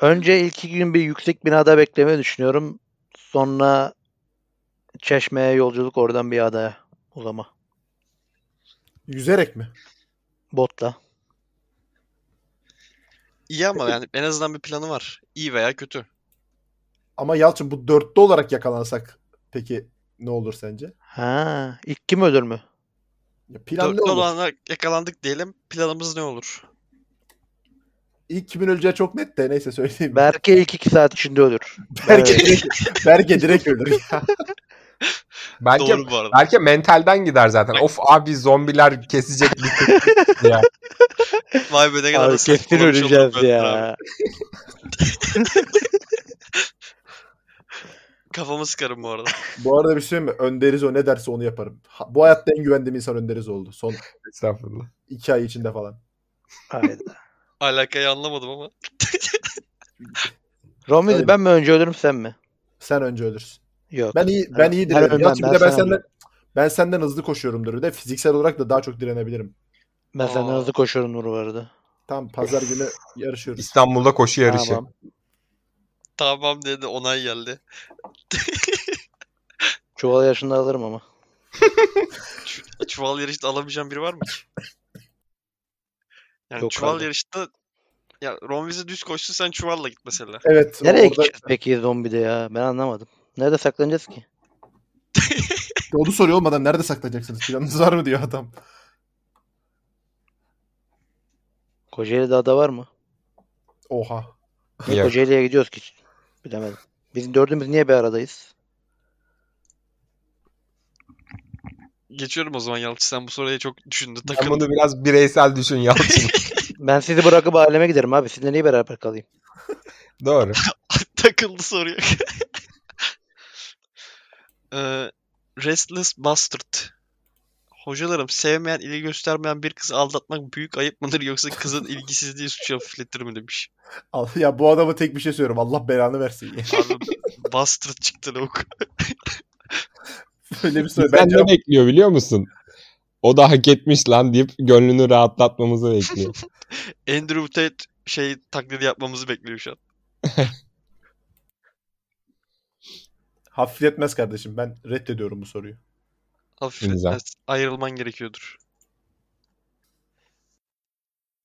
Önce ilk iki gün bir yüksek binada beklemeyi düşünüyorum. Sonra Çeşme'ye yolculuk oradan bir adaya uzama.
Yüzerek mi?
Botla.
İyi ama yani en azından bir planı var. İyi veya kötü.
Ama Yalçın bu dörtlü olarak yakalansak peki ne olur sence?
Ha, ilk kim ölür mü?
Ya plan ne
Dörtlü
olur?
olana yakalandık diyelim. Planımız ne olur?
İlk kimin öleceği çok net de neyse söyleyeyim.
Berke ilk iki saat içinde ölür.
Berke,
Evet.
direkt, Berke direkt ölür [LAUGHS] ya.
Belki
Doğru bu arada.
belki mentalden gider zaten. Of abi zombiler kesecek bir tık ya.
Vay be ne kadar
Abi
da saçma
kesin
konuşalım
öleceğiz
Önder
ya.
abi. Kafamı sıkarım bu arada. [LAUGHS]
Bu arada bir şey söyleyeyim mi? Önderiz o ne derse onu yaparım. Ha- bu hayatta en güvendiğim insan Önderiz oldu. Son
Estağfurullah.
iki ay içinde falan.
Hayda.
Alakayı anlamadım ama.
Romil,
Öyle.
ben mi önce ölürüm sen mi?
Sen önce ölürsün.
Yok.
Ben iyi ben,
Ben-
iyi
ben
direnerim.
ölmem,
Yalçın
ben
bir de ben
sen ölme.
senden ben senden hızlı koşuyorumdur. Bir de fiziksel olarak da daha çok direnebilirim.
ben senden
Aa.
hızlı koşuyorum Nur vardı.
Tam pazar günü yarışıyoruz.
İstanbul'da koşu yarışı.
Tamam.
Tamam dedi onay geldi.
Çuval yaşında alırım ama.
Çu- çuval yarışında alamayacağım biri var mı ki? Yani
Yok
çuval
abi.
yarışında ya Romviz'e düz koşsun sen çuvalla git mesela.
Evet. o-
Nereye
orada,
gideceğiz peki zombide ya? Ben anlamadım. Nerede saklanacağız ki?
onu soruyor olmadan nerede saklanacaksınız? Planınız var mı diyor adam.
Kocaeli'de ada var mı?
Oha.
Niye
Yok.
Kocaeli'ye gidiyoruz ki? Bilemedim. Biz dördümüz niye bir aradayız?
Geçiyorum o zaman Yalçın sen bu soruya çok düşündü
Sen
takıldın.
bunu biraz bireysel düşün Yalçın.
Ben sizi bırakıp aileme giderim abi. Sizinle niye beraber kalayım?
Doğru.
takıldı soruya. [LAUGHS] Ee, Restless Bastard. Hocalarım sevmeyen, ilgi göstermeyen bir kızı aldatmak büyük ayıp mıdır yoksa kızın ilgisizliği suçu hafifletir mi demiş.
Al- Ya bu adama tek bir şey söylüyorum. Allah belanı versin. ya. [LAUGHS]
Abi Bastard çıktı lavuk.
Öyle bir soru.
Bizden
Ben cevap,
ne bekliyor biliyor musun? O da hak etmiş lan deyip gönlünü
[LAUGHS]
rahatlatmamızı bekliyor.
Andrew Tate şey taklidi yapmamızı bekliyor şu an.
hafifletmez kardeşim. Ben reddediyorum bu soruyu.
Güzel.
Hafifletmez. Ayrılman gerekiyordur.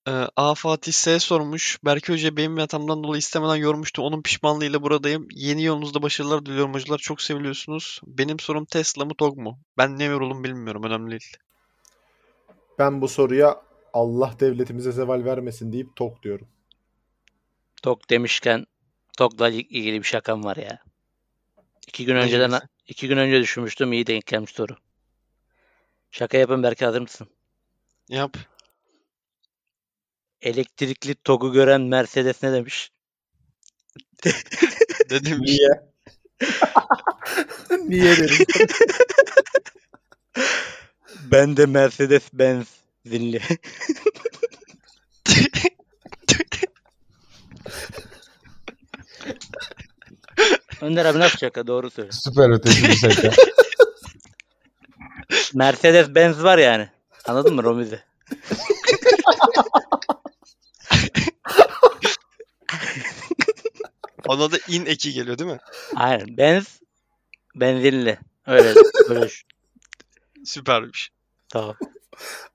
Ee, A. Fatih S. sormuş. Berke Hoca benim hatamdan dolayı istemeden yormuştu. Onun pişmanlığıyla buradayım. Yeni yolunuzda başarılar diliyorum hocalar. Çok seviliyorsunuz. Benim sorum Tesla mı TOG mu? Ben ne yoruldum bilmiyorum. Önemli değil.
Ben bu soruya Allah devletimize zeval vermesin deyip tok diyorum. [LAUGHS]
Tok demişken Tok'la il- ilgili bir şakam var ya. İki gün
Ne
önceden
gibisi?
iki gün önce düşünmüştüm iyi denk gelmiş soru. Şaka yapın belki hazır mısın?
Yap. [LAUGHS]
Elektrikli Tok'u gören Mercedes ne demiş?
Dedim.
Niye? Niye derim?
Ben de Mercedes benzinli. Önder abi nasıl şaka doğru söyle.
Süper ötesi bir şey. şaka.
Mercedes Benz var yani. Anladın mı Romizi?
Ona da in eki geliyor değil mi?
Aynen. Benz benzinli. Öyle. Böyle
[LAUGHS]
şu-
Süpermiş.
Tamam.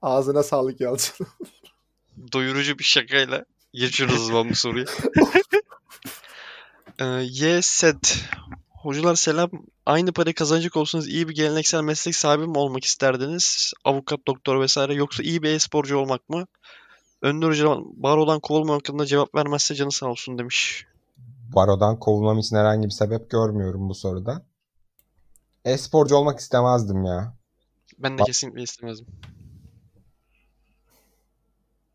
Ağzına sağlık Yalçın. [LAUGHS]
[LAUGHS]
Doyurucu bir şakayla geçiyoruz o zaman bu soruyu. Ee, YSET. Hocalar selam. Aynı parayı kazanacak olsanız iyi bir geleneksel meslek sahibi mi olmak isterdiniz? Avukat, doktor vesaire yoksa iyi bir e-sporcu olmak mı? Önder Hoca var olan kovulma hakkında cevap vermezse canı sağ olsun demiş.
Baro'dan kovulmam için herhangi bir sebep görmüyorum bu soruda. E-sporcu olmak istemezdim ya.
Ben de
Bak-
kesinlikle istemezdim.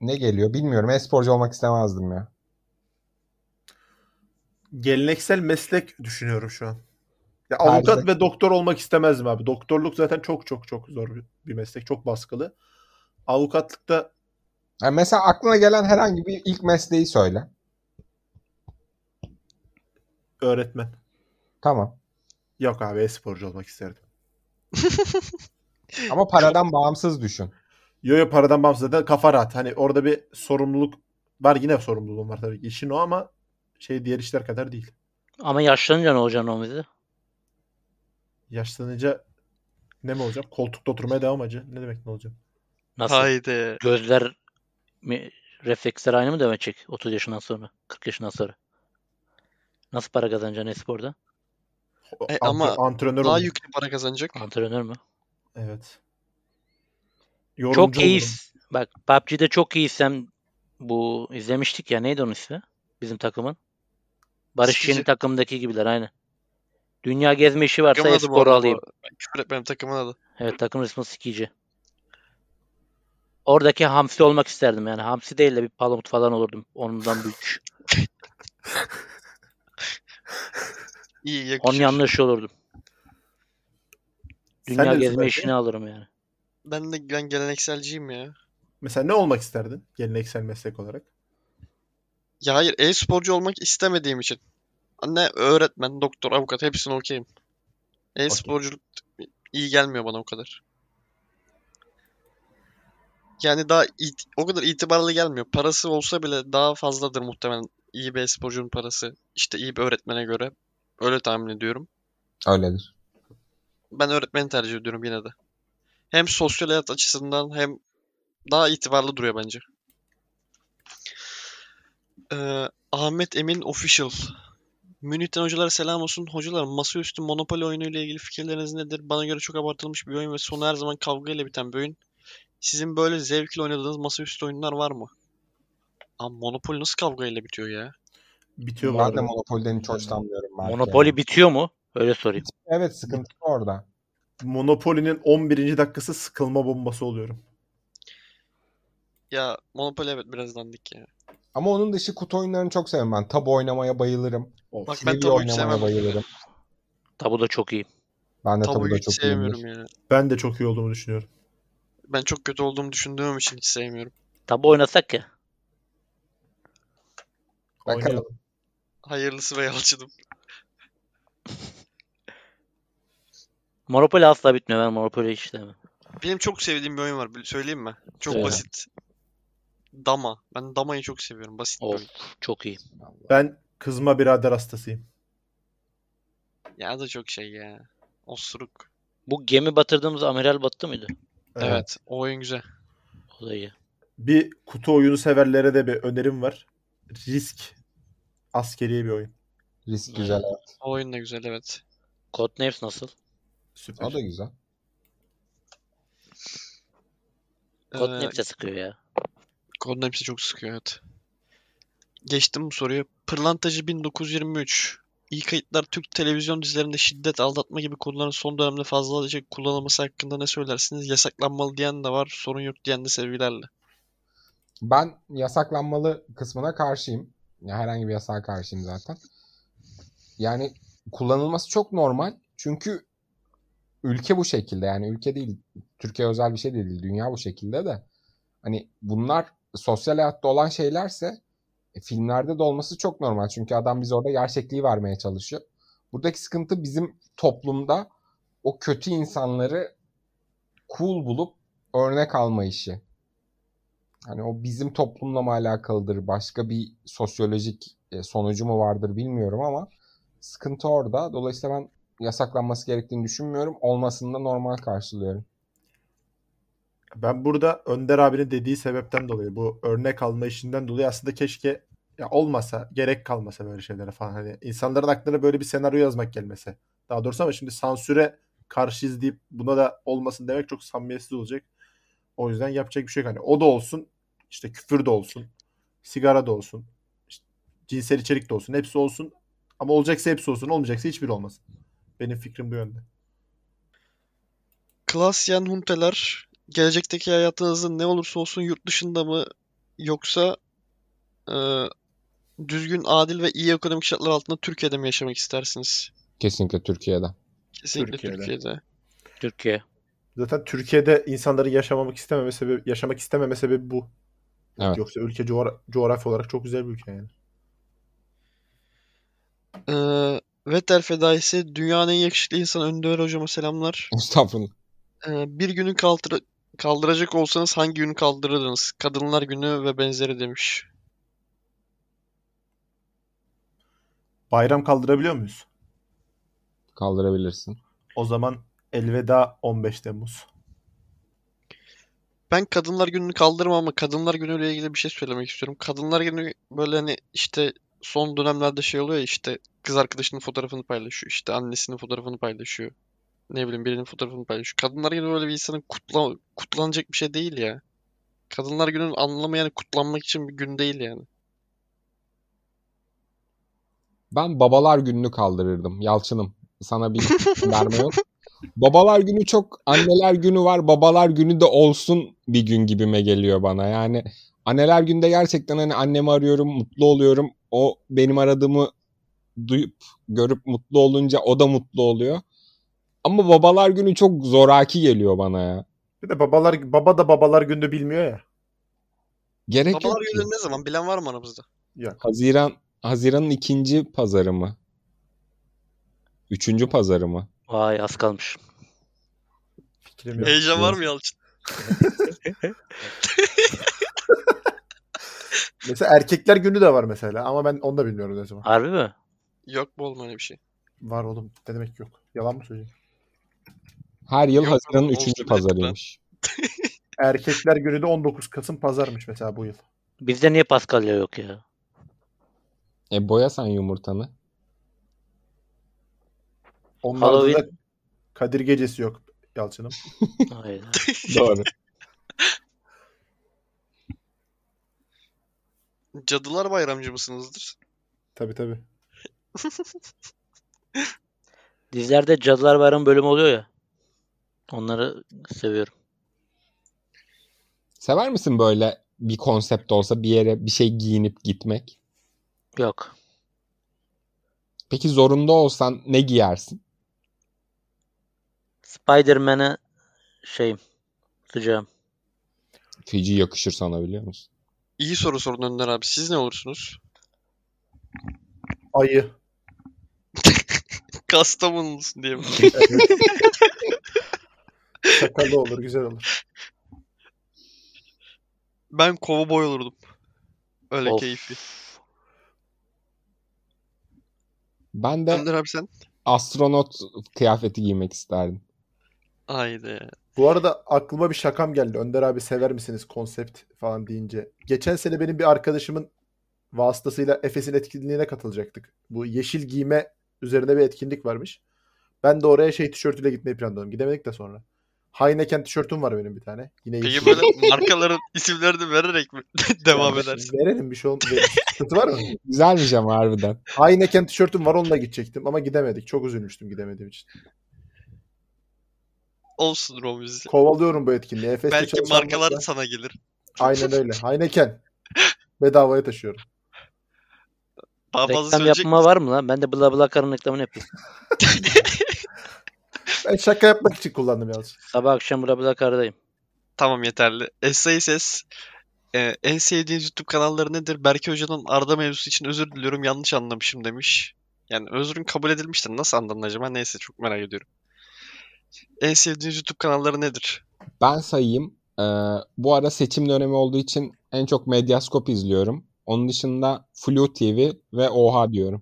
Ne geliyor bilmiyorum. E-sporcu olmak istemezdim ya.
Geleneksel meslek düşünüyorum şu an. Ya avukat
Tercih.
ve doktor olmak istemezdim abi. Doktorluk zaten çok çok çok zor bir- bir meslek. Çok baskılı. Avukatlıkta
Yani mesela aklına gelen herhangi bir ilk mesleği söyle.
öğretmen.
Tamam.
Yok abi e-sporcu olmak isterdim.
Ama paradan bağımsız düşün.
Yo yo paradan bağımsız zaten kafa rahat. Hani orada bir sorumluluk var. Yine sorumluluğum var tabii ki. İşin o ama şey diğer işler kadar değil.
Ama yaşlanınca ne olacaksın Ahmet'i?
Yaşlanınca ne mi olacağım? Koltukta oturmaya devam acı. Ne demek ne olacağım?
Nasıl?
Haydi.
Gözler mi, refleksler aynı mı devam edecek 30 yaşından sonra, 40 yaşından sonra? Nasıl para kazanacaksın e-sporda?
O-
E,
antre-
ama
antrenör
Daha
olayım.
yüklü para kazanacak.
Antrenör mü?
Evet. Yorumcu
çok iyi.
olurum.
Bak PUBG'de çok iyiysem bu izlemiştik ya neydi onun ismi? Bizim takımın. Barış
Sıkıcı.
Çiğ'nin takımdaki gibiler aynı. Dünya gezme işi varsa
Takımın adı bu
e-sporu
arada bu
alayım.
arada. Küfür etmem takımın adı.
Evet takım ismi Sikici. Oradaki hamsi olmak isterdim yani. Hamsi değil de bir palamut falan olurdum. Ondan büyük.
İyi
Onun
yakışır.
yanlış olurdum.
Sen
Dünya
ne
gezme
isterdin?
işini alırım yani.
Ben de ben gelenekselciyim ya.
Mesela ne olmak isterdin geleneksel meslek olarak?
Ya hayır e-sporcu olmak istemediğim için. Anne öğretmen, doktor, avukat hepsine okeyim. E-sporculuk iyi gelmiyor bana o kadar. Yani daha it- o kadar itibarlı gelmiyor. Parası olsa bile daha fazladır muhtemelen iyi bir e-sporcunun parası. İşte iyi bir öğretmene göre. Öyle tahmin ediyorum.
Öyledir.
Ben öğretmeni tercih ediyorum yine de. Hem sosyal hayat açısından hem daha itibarlı duruyor bence. Ee, Ahmet Emin Official. Münih'ten hocalara selam olsun. Hocalar masaüstü Monopoly oyunu ile ilgili fikirleriniz nedir? Bana göre çok abartılmış bir oyun ve sonu her zaman kavga ile biten bir oyun. Sizin böyle zevkle oynadığınız masaüstü oyunlar var mı? Abi Monopoly nasıl kavga ile bitiyor ya?
Bitiyor bu
Ben de
arada.
Monopoly'den hiç hoşlanmıyorum. belki.
Monopoly bitiyor mu? Öyle sorayım.
Evet sıkıntı orada.
Monopoly'nin 11. dakikası sıkılma bombası oluyorum.
Ya Monopoly evet biraz dandik ya.
Ama onun dışı kutu oyunlarını çok seviyorum ben. Tabu oynamaya bayılırım.
Of.
Bak ben
Trivia
tabuyu hiç
oynamaya
sevmem.
bayılırım.
Tabu da çok iyi.
Ben de
Tabuyu
tabuda
hiç
çok iyiyimdir.
sevmiyorum ya.
Ben de çok iyi olduğumu düşünüyorum.
Ben çok kötü olduğumu düşündüğüm için hiç sevmiyorum.
Tabu oynasak ya.
Bakalım.
Oynayalım.
Hayırlısı ve yalçınım.
Monopoly asla bitmiyor. Ben Monopoly hiç sevmem.
Benim çok sevdiğim bir oyun var. bil- Söyleyeyim mi? Çok
Söyle.
basit. Dama. Ben Dama'yı çok seviyorum. Basit bir
Of
oyun.
çok iyi.
Ben kızma birader hastasıyım.
Ya da çok şey ya. Osuruk.
Bu gemi batırdığımız amiral battı mıydı?
Evet. O oyun güzel.
O da iyi.
Bir kutu oyunu severlere de bir önerim var. Risk askeriye bir oyun.
Risk güzel. evet.
O oyun da güzel evet.
Codenames nasıl?
Süper.
O da güzel.
Ee,
Codenames de sıkıyor ya.
Kodun hepsi çok sıkıyor evet. Geçtim bu soruyu. Pırlantacı 1923. İyi kayıtlar Türk televizyon dizilerinde şiddet, aldatma gibi konuların son dönemde fazlaca kullanılması hakkında ne söylersiniz? Yasaklanmalı diyen de var, sorun yok diyen de sevgilerle.
Ben yasaklanmalı kısmına karşıyım. Ya herhangi bir yasağa karşıyım zaten. Yani kullanılması çok normal. Çünkü ülke bu şekilde. Yani ülke değil. Türkiye özel bir şey değil. Dünya bu şekilde de. Hani bunlar sosyal hayatta olan şeylerse e, filmlerde de olması çok normal. Çünkü adam bize orada gerçekliği vermeye çalışıyor. Buradaki sıkıntı bizim toplumda o kötü insanları cool bulup örnek alma işi. Hani o bizim toplumla mı alakalıdır? Başka bir sosyolojik e, sonucu mu vardır bilmiyorum ama sıkıntı orada. Dolayısıyla ben yasaklanması gerektiğini düşünmüyorum. Olmasını da normal karşılıyorum.
Ben burada Önder abinin dediği sebepten dolayı bu örnek alma işinden dolayı aslında keşke ya olmasa, gerek kalmasa böyle şeylere falan hani insanların aklına böyle bir senaryo yazmak gelmese. Daha doğrusu ama şimdi sansüre karşıyız deyip buna da olmasın demek çok samimiyetsiz olacak. O yüzden yapacak bir şey yok. Hani o da olsun, işte küfür de olsun, sigara da olsun, işte cinsel içerik de olsun, hepsi olsun. Ama olacaksa hepsi olsun, olmayacaksa hiçbiri olmasın. Benim fikrim bu yönde.
Klasyen hunteler gelecekteki hayatınızın ne olursa olsun yurt dışında mı yoksa e, düzgün, adil ve iyi ekonomik şartlar altında Türkiye'de mi yaşamak istersiniz?
Kesinlikle Türkiye'den. [LAUGHS]
Kesinlikle
Türkiye'de.
Türkiye'de.
Türkiye.
Zaten Türkiye'de insanların yaşamamak istememe sebebi, yaşamak istememe sebebi bu.
Evet.
Yoksa ülke coğra- coğrafi olarak çok güzel bir ülke yani.
E, Vettel fedaisi dünyanın en yakışıklı insanı Önder hocama selamlar.
Estağfurullah.
E, bir günü kaldır kaldıracak olsanız hangi günü kaldırırdınız? Kadınlar günü ve benzeri demiş.
Bayram kaldırabiliyor muyuz?
Kaldırabilirsin.
O zaman elveda 15 Temmuz.
Ben Kadınlar Günü'nü kaldırmam ama Kadınlar Günü'yle ilgili bir şey söylemek istiyorum. Kadınlar Günü böyle hani işte son dönemlerde şey oluyor ya işte kız arkadaşının fotoğrafını paylaşıyor. işte annesinin fotoğrafını paylaşıyor. Ne bileyim birinin fotoğrafını paylaşıyor. Kadınlar Günü böyle bir insanın kutla, kutlanacak bir şey değil ya. Kadınlar Günü'nün anlamı yani kutlanmak için bir gün değil yani.
Ben babalar gününü kaldırırdım. Yalçınım sana bir [LAUGHS] verme yok. Babalar günü çok anneler günü var. Babalar günü de olsun bir gün gibime geliyor bana. Yani anneler günde gerçekten hani annemi arıyorum, mutlu oluyorum. O benim aradığımı duyup görüp mutlu olunca o da mutlu oluyor. Ama babalar günü çok zoraki geliyor bana ya.
Bir de babalar baba da babalar günü bilmiyor ya.
Gerek
Babalar
yok ki.
Günü ne zaman? Bilen var mı aramızda?
Yok.
Haziran Haziran'ın ikinci pazarı mı? Üçüncü pazarı mı?
Vay az kalmış.
Fikrim yok.
Heyecan var
yok.
mı Yalçın?
Mesela erkekler günü de var mesela ama ben onu da bilmiyorum ne zaman.
Harbi mi?
Yok mu oğlum öyle bir şey?
Var oğlum. Ne demek yok? Yalan mı söyleyeyim?
Her yıl
Yok
Haziran'ın
oğlum,
üçüncü
olsun
pazarıymış.
Erkekler günü de 19 Kasım pazarmış mesela bu yıl.
Bizde niye Paskalya yok ya?
E
[LAUGHS]
boyasan yumurtanı.
Onlarda da
Halloween.
Kadir gecesi yok Yalçın'ım.
Hayda.
Doğru.
Cadılar bayramcı mısınızdır?
Tabii tabii.
Dizilerde Cadılar Bayramı bölümü oluyor ya. Onları seviyorum.
Sever misin böyle bir konsept olsa bir yere bir şey giyinip gitmek?
Yok.
Peki zorunda olsan ne giyersin?
Spider-Man'e şeyim. Sıcağım.
Feci yakışır sana biliyor musun?
İyi soru sorun Önder abi. Siz ne olursunuz?
Ayı.
Kastamonulusun diye mi?
[LAUGHS] Sakalı olur. Güzel olur.
Ben kovboy olurdum. Öyle
Of.
keyifli.
Ben de
Önder abi sen?
astronot kıyafeti giymek isterdim.
Haydi.
Bu arada aklıma bir şakam geldi. Önder abi sever misiniz konsept falan deyince. Geçen sene benim bir arkadaşımın vasıtasıyla Efes'in etkinliğine katılacaktık. Bu yeşil giyme üzerine bir etkinlik varmış. Ben de oraya şey tişörtüyle gitmeyi planladım. Gidemedik de sonra. Heineken tişörtüm var benim bir tane. Yine
Peki
yeşil.
böyle [LAUGHS] markaların isimlerini vererek mi [LAUGHS] devam
Yani
edersin?
Verelim bir şey olmaz. Sıkıntı var mı?
[LAUGHS]
Güzelmiş ama harbiden.
Heineken tişörtüm var onunla gidecektim ama gidemedik. Çok üzülmüştüm gidemediğim için.
Olsun Romiz'i.
Kovalıyorum bu etkinliği. Efes'te
Belki
çalışanlar
markalar
da-
sana gelir.
Aynen öyle. Heineken. Bedavaya taşıyorum.
Daha fazla
Reklam
söyleyecek
yapma var mı lan? Ben de bla bla karın reklamını yapayım.
Ben şaka yapmak için kullandım yalnız.
Sabah akşam bla bla kardayım.
Tamam yeterli. Essay ses. Ee, en sevdiğiniz YouTube kanalları nedir? Berke Hoca'nın Arda mevzusu için özür diliyorum. Yanlış anlamışım demiş. Yani özrün kabul edilmiştir. Nasıl anladın acaba? Neyse çok merak ediyorum. En sevdiğiniz YouTube kanalları nedir?
Ben sayayım. Ee, bu ara seçim dönemi olduğu için en çok Medyaskop izliyorum. Onun dışında Flu TV ve Oha diyorum.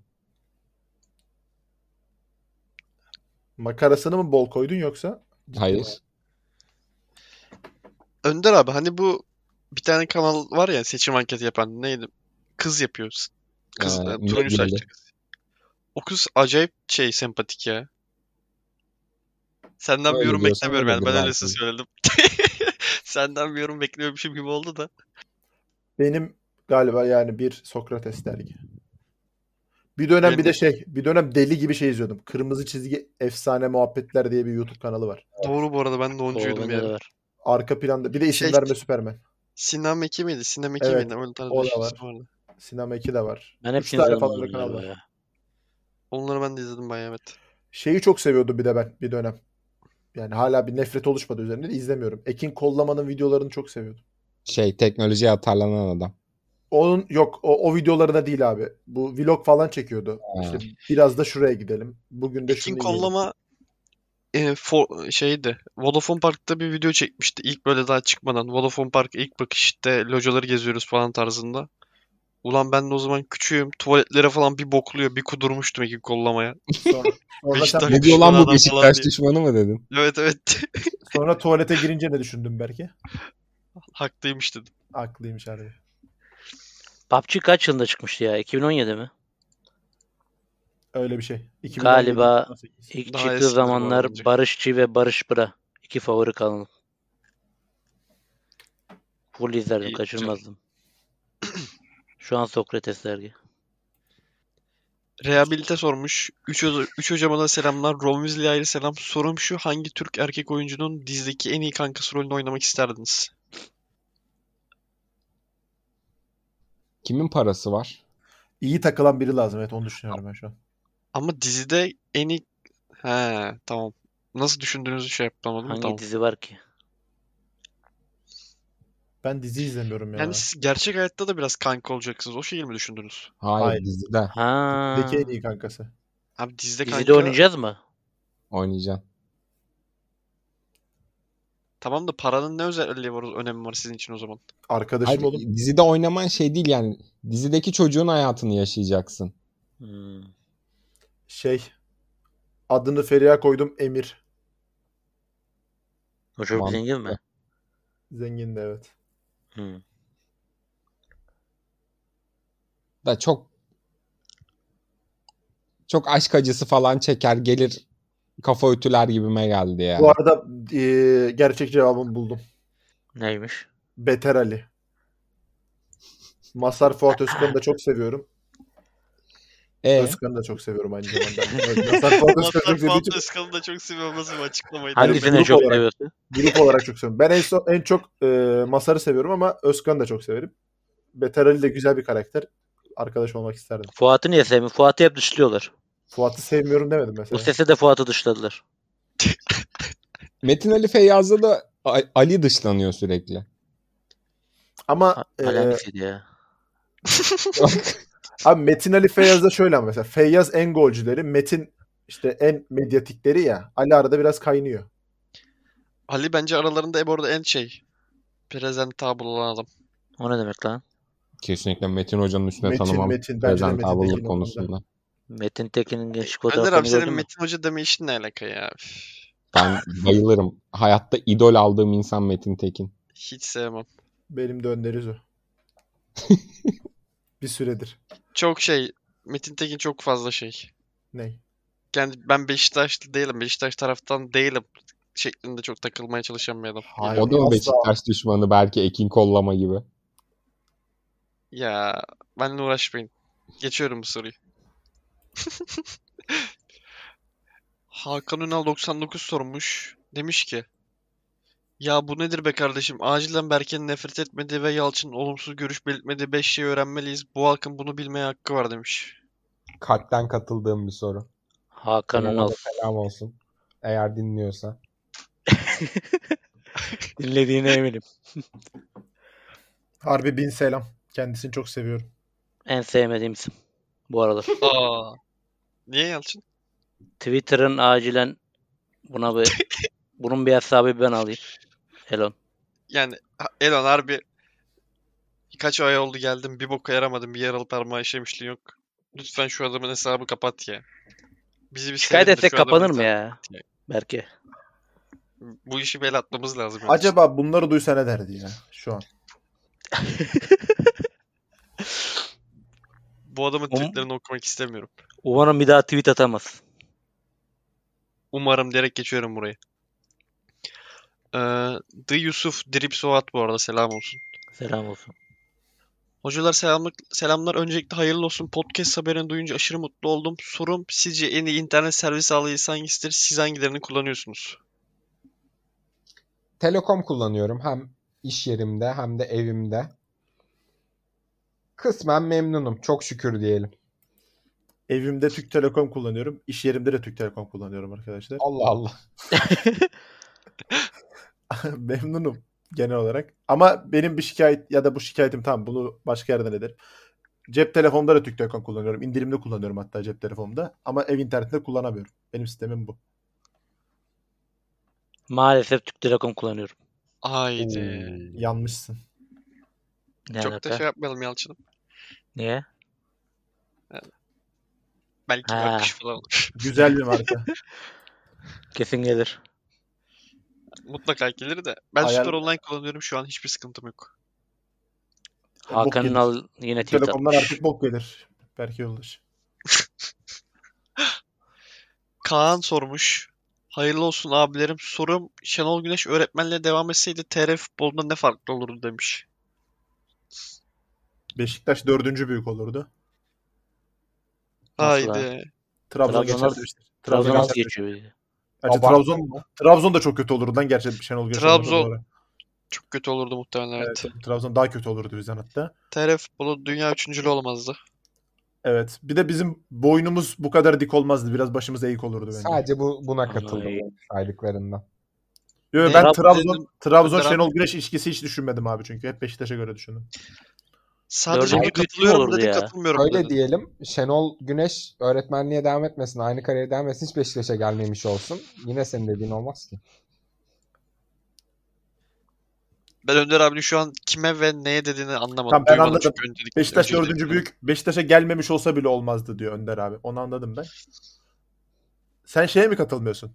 Makarasını mı bol koydun yoksa? Ciddi mi?
Hayır.
Önder abi hani bu bir tane kanal var ya seçim anketi yapan neydi? Kız yapıyoruz. Kız,
Aa,
e,
Mine
turuncu saçlı
Gül'de.
kız. O kız acayip şey sempatik ya. Senden bir
Öyle
yorum
diyorsan
beklemiyorum yani. Ben
öyledir
öylesine
belki.
söyledim. [LAUGHS] Senden bir yorum bekliyormuşum gibi oldu da.
Benim galiba yani bir Sokrates dergi. Bir dönem bir
Benim-
de şey, bir dönem deli gibi şey izliyordum. Kırmızı çizgi efsane muhabbetler diye bir YouTube kanalı var.
Doğru bu arada ben de
Oo,
oncuydum
bende de
yani.
var.
Arka planda bir de isim
Şey-
verme Superman.
Sinan Meki miydi? Sinan Meki
Evet,
miydi? Öyle tarz
o
bir
da
şey
var.
vardı.
Sinema 2 de var.
Ben
Üç
hepsini
tane
izledim
falan da
onları
kanal var.
ya.
Onları ben de izledim bayağı evet.
Şeyi çok seviyordum bir de ben bir dönem. Yani hala bir nefret oluşmadı üzerinde de izlemiyorum. Ekin Kollama'nın videolarını çok seviyordum.
Şey teknolojiye atarlanan adam.
Onun yok o, o videolarına değil abi. Bu vlog falan çekiyordu.
Ha.
İşte biraz da şuraya gidelim. Bugün de
Ekin
şunu
Kollama e, for- şeydi. Vodafone Park'ta bir video çekmişti. İlk böyle daha çıkmadan. Vodafone Park ilk bakışta locaları geziyoruz falan tarzında. Ulan ben de o zaman küçüğüm. Tuvaletlere falan bir bokluyor. Bir kudurmuştum Ekin Kollama'ya.
yiyelim. Sonra, sonra, sen-
Beşiktaş-
Ne diyor
düşmanı
lan
adam
bu
falan
Beşiktaş
diye.
düşmanı mı dedin?
Evet evet. [LAUGHS]
sonra tuvalete girince ne düşündün belki?
Haklıymış dedim.
Aklıymış harbi.
PUBG kaç yılında çıkmıştı ya? 2017 mi?
Öyle bir şey. 2017,
Galiba-
18.
İlk
Daha eskidir
çıktığı
bu arada
zamanlar
bence.
Barışçı ve Barış Bıra. iki favori kanalım. Full izlerdim,
İyi, güzel.
kaçırmazdım. Şu an Sokrates dergi.
Rehabilite sormuş. 3 üç hocama da selamlar. Romizli ayrı selam. Sorum şu hangi Türk erkek oyuncunun dizdeki en iyi kankası rolünü oynamak isterdiniz?
Kimin parası var?
İyi takılan biri lazım. Evet onu düşünüyorum ben şu an.
Ama dizide en iyi... He tamam. Nasıl düşündüğünüzü şey yapamadım.
Hangi
Tamam.
dizi var ki?
Ben dizi izlemiyorum ya.
Yani siz gerçek hayatta da biraz kanka olacaksınız. O şekilde mi düşündünüz?
Hayır,
Hayır.
dizide
Ha.
Deki en iyi kankası.
Abi dizide
Dizide
kanka
oynayacağız mı?
oynayacaksın.
tamam da paranın ne özelliği var, önemi var sizin için o zaman?
Arkadaşım
Hayır,
oğlum.
dizide oynaman şey değil yani. Dizideki çocuğun hayatını yaşayacaksın.
Hmm.
Şey adını Feriha koydum Emir.
O çok
Mantıklı.
zengin mi?
Zengin de evet.
Hmm.
Da çok çok aşk acısı falan çeker gelir kafa ütüler gibime geldi ya.
Bu arada e, gerçek cevabımı buldum.
Neymiş?
Beter Ali. Masar Fuat Özkan'ı da çok seviyorum.
E,
Özkan'ı da çok seviyorum
[LAUGHS]
aynı zamanda. Evet, Masar Fuat Özkan'ı
Mazhar
çok sevdiğim
Fuat
için
Özkan'ı da çok seviyorum. Nasıl bir açıklamaydı?
Hayır,
Hangisini
grup
çok
olarak.
seviyorsun?
grup olarak çok seviyorum. Ben en, son, en çok e, Masar'ı seviyorum ama Özkan'ı da çok severim. Beter Ali de güzel bir karakter. Arkadaş olmak isterdim.
Fuat'ı niye sevmiyor? Fuat'ı hep dışlıyorlar.
Fuat'ı sevmiyorum demedim
Bu
mesela.
sese de Fuat'ı dışladılar.
Metin Ali Feyyaz'da da A- Ali dışlanıyor sürekli.
Ama
Ha-
e,
Alakasıydı ya.
abi Metin Ali Feyyaz'da şöyle ama mesela Feyyaz en golcüleri, Metin işte en medyatikleri ya. Ali arada biraz kaynıyor.
Ali bence aralarında Ebo arada en şey. Presentable olan adam.
O ne demek lan?
Kesinlikle Metin Hoca'nın üstüne
Metin,
tanımam.
Metin. Bence de Metin
Prezentable'lık
Tekin
konusunda.
Metin Tekin'in gençlik
Önder
fotoğraflarını
abi
gördün
senin
mü?
Metin Hoca deme işin ne alaka ya? Üf,
Ben bayılırım. Hayatta idol aldığım insan Metin Tekin.
Hiç sevmem.
Benim de önderiz o.
[LAUGHS]
bir süredir.
Çok şey. Metin Tekin çok fazla şey.
Ney?
Yani ben Beşiktaşlı değilim. Beşiktaş taraftan değilim. Şeklinde çok takılmaya çalışan bir adam.
Hayır.
O da mı
asla.
Beşiktaş düşmanı belki Ekin Kollama gibi.
Ya benle uğraşmayın. Geçiyorum bu soruyu. [LAUGHS] Hakan Ünal 99 sormuş. Demiş ki Ya bu nedir be kardeşim? Acilen Berke'nin nefret etmediği ve Yalçın'ın olumsuz görüş belirtmediği 5 şeyi öğrenmeliyiz. Bu halkın bunu bilmeye hakkı var demiş.
Kalpten katıldığım bir soru.
Hakan
Ona da
Ünal.
Selam olsun. Eğer dinliyorsa.
Dinlediğine eminim.
Harbi bin selam. Kendisini çok seviyorum.
En sevmediğim isim bu aralar.
Aa. Niye Yalçın?
Twitter'ın acilen buna bir
[LAUGHS]
bunun bir hesabı ben alayım. Elon.
Yani ha- Elon harbi birkaç ay oldu geldim bir boka yaramadım bir yaralı parmağı işemişliğin yok. Lütfen şu adamın hesabı kapat ya. Bizi bir
Şikayet
sevindir,
etsek
şu Şey- adamın
kapanır mı
hesabı-
ya? Belki.
Bu işi bel atmamız lazım. yani.
Acaba bunları duysa ne derdi ya şu an?
Bu adamın
Ama-
tweetlerini okumak istemiyorum.
Umarım bir daha tweet atamaz.
Umarım direkt geçiyorum burayı. Ee, The Yusuf Drip Soğat bu arada selam olsun.
Selam olsun.
Hocalar selamlık, selamlar. Öncelikle hayırlı olsun. Podcast haberini duyunca aşırı mutlu oldum. Sorum sizce en iyi internet servis sağlayıcısı hangisidir? Siz hangilerini kullanıyorsunuz?
Telekom kullanıyorum hem iş yerimde hem de evimde. Kısmen memnunum. Çok şükür diyelim.
Evimde Türk Telekom kullanıyorum. İş yerimde de Türk Telekom kullanıyorum arkadaşlar. [LAUGHS]
Allah Allah.
Memnunum genel olarak. Ama benim bir şikayet ya da bu şikayetim tamam bunu başka yerden ederim. Cep telefonda da Türk Telekom kullanıyorum. İndirimde kullanıyorum hatta cep telefonumda. Ama ev internetinde kullanamıyorum. Benim sistemim bu.
Maalesef Türk Telekom kullanıyorum.
Haydi.
Ee,
Yanmışsın.
Ne
Çok
alaka?
da şey yapmayalım Yalçın'ım.
Niye?
Belki
Ha.
bakış falan [LAUGHS] olur.
Güzel bir
[LAUGHS]
marka.
Kesin gelir.
Mutlaka gelir de. Ben
Hayal-
Süper Online kullanıyorum şu an. Hiçbir sıkıntım yok.
Hakan
gelir.
Ünal yine
Türk
tweet
Telekom'dan
atmış.
artık bok gelir. Belki yoldaş.
Kaan sormuş. Hayırlı olsun abilerim. Sorum Şenol Güneş öğretmenle devam etseydi TR futbolunda ne farklı olurdu demiş.
Beşiktaş dördüncü büyük olurdu.
Nasıl
Haydi.
Trabzon,
Trabzon
geçer
nasıl-
demiştir.
Trabzon
geçer
az
demiştir.
geçiyor. bir de.
Gerçi
Abartma.
Trabzon, Trabzon da çok kötü olurdu lan gerçi Şenol Güneş.
Trabzon-
olmadan sonra.
Çok kötü olurdu muhtemelen evet.
Evet, Trabzon daha kötü olurdu bizden hatta.
TR futbolu dünya üçüncülü olamazdı.
Evet. Bir de bizim boynumuz bu kadar dik olmazdı. Biraz başımız eğik olurdu bence.
Sadece bu buna katıldım
Ay.
saydıklarından.
Yo,
Ne?
ben
Trab-
Trabzon Trabzon
Trab-
Şenol Güneş ilişkisi hiç düşünmedim abi çünkü hep Beşiktaş'a göre düşündüm.
Sadece
Dördüncü
ona
büyük kim
katılıyorum
olurdu
dedin,
ya?
katılmıyorum
Öyle
dedin.
diyelim. Şenol Güneş öğretmenliğe devam etmesin. Aynı kariyere devam etsin. Hiç Beşiktaş'a gelmemiş olsun. Yine senin dediğin olmaz ki.
Ben Önder abinin şu an kime ve neye dediğini anlamadım.
Tamam, ben
Duymadım
anladım.
çünkü öncelik-
Beşiktaş
öncelikle.
dördüncü büyük Beşiktaş'a gelmemiş olsa bile olmazdı diyor Önder abi. Onu anladım ben. Sen şeye mi katılmıyorsun?